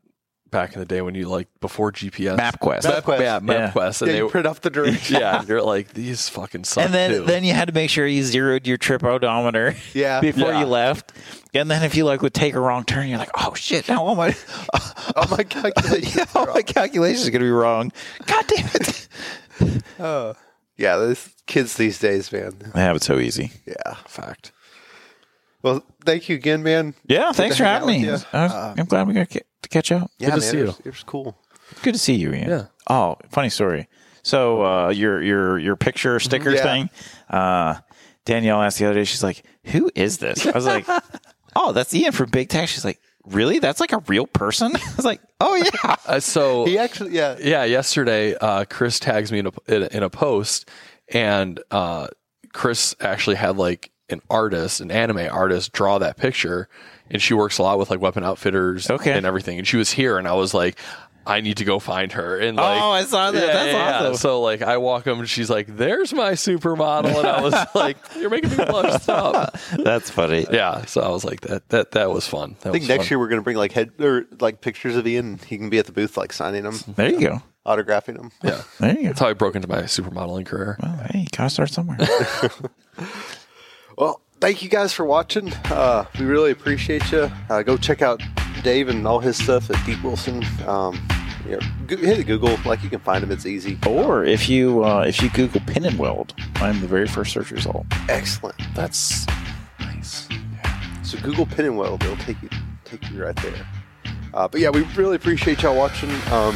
[SPEAKER 2] back in the day when you like before GPS
[SPEAKER 3] MapQuest.
[SPEAKER 1] MapQuest.
[SPEAKER 2] Yeah,
[SPEAKER 3] Yeah.
[SPEAKER 2] MapQuest,
[SPEAKER 1] Yeah,
[SPEAKER 2] and
[SPEAKER 1] you
[SPEAKER 2] they
[SPEAKER 1] print off the direction.
[SPEAKER 2] yeah, and you're like these fucking suck
[SPEAKER 3] And then
[SPEAKER 2] too.
[SPEAKER 3] then you had to make sure you zeroed your trip odometer
[SPEAKER 1] Yeah.
[SPEAKER 3] before
[SPEAKER 2] Yeah.
[SPEAKER 3] you left. And then if you like would take a wrong turn, you're like, oh shit, now all my
[SPEAKER 1] Oh my calculations.
[SPEAKER 3] yeah, all my calculations are gonna be wrong. God damn it.
[SPEAKER 1] yeah, those kids these days, man.
[SPEAKER 3] They have it so easy.
[SPEAKER 1] Yeah.
[SPEAKER 2] fact.
[SPEAKER 1] Well, thank you again, man.
[SPEAKER 3] Yeah, Uh, thanks for
[SPEAKER 1] hang
[SPEAKER 3] having me.
[SPEAKER 1] out with
[SPEAKER 3] I was- I'm glad we got ca- to catch up.
[SPEAKER 1] Yeah,
[SPEAKER 2] to
[SPEAKER 1] man.
[SPEAKER 2] see
[SPEAKER 1] it
[SPEAKER 2] you.
[SPEAKER 1] was- It was cool.
[SPEAKER 3] Good to see you, Ian.
[SPEAKER 2] Yeah.
[SPEAKER 3] Oh, funny story. So uh, your your your picture
[SPEAKER 2] Mm-hmm.
[SPEAKER 3] sticker
[SPEAKER 1] Yeah.
[SPEAKER 3] thing. Uh, Danielle asked the other day. She's like, "Who is this?" I was like, "Oh, that's Ian from Big Tech." She's like, "Really? That's like a real person?" I was like, "Oh yeah."
[SPEAKER 2] Uh, so
[SPEAKER 1] He actually, yeah.
[SPEAKER 2] yeah, yesterday uh, Chris tags me in a in a, in a post, and uh, Chris actually had like an artist, an anime artist, draw that picture, and she works a lot with like Weapon Outfitters,
[SPEAKER 3] Okay.
[SPEAKER 2] and everything. And she was here, and I was like, I need to go find her, and like.
[SPEAKER 3] oh, I saw that. that's awesome.
[SPEAKER 2] So like I walk him and she's like, There's my supermodel and I was like, You're making me blush stop.
[SPEAKER 3] That's funny.
[SPEAKER 2] Yeah. So I was like that that that was fun. That
[SPEAKER 1] I think
[SPEAKER 2] was
[SPEAKER 1] next
[SPEAKER 2] fun.
[SPEAKER 1] year we're going to bring like head or like pictures of Ian. He can be at the booth, like signing them,
[SPEAKER 3] There you go.
[SPEAKER 1] autographing them.
[SPEAKER 2] Yeah.
[SPEAKER 3] There you
[SPEAKER 2] That's
[SPEAKER 3] go.
[SPEAKER 2] how I broke into my supermodeling career.
[SPEAKER 3] Well, hey, you gotta start somewhere.
[SPEAKER 1] Well, thank you guys for watching. Uh, we really appreciate you. Uh, go check out Dave and all his stuff at Deep Wilson. Um, yeah, go- hit Google. Like you can find him. It's easy.
[SPEAKER 3] or if you uh, if you Google pin and weld, I'm the very first search result.
[SPEAKER 1] Excellent.
[SPEAKER 2] That's nice.
[SPEAKER 1] So Google Pin and Weld, it'll take you take you right there. Uh, but yeah, we really appreciate y'all watching. Um,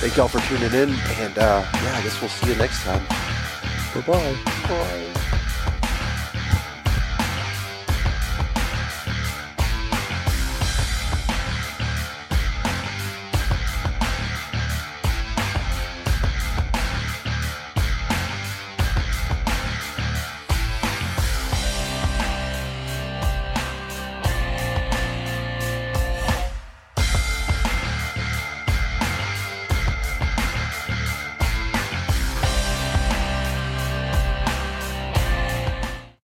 [SPEAKER 1] thank y'all for tuning in, and uh, yeah, I guess we'll see you next time. Bye-bye. Bye.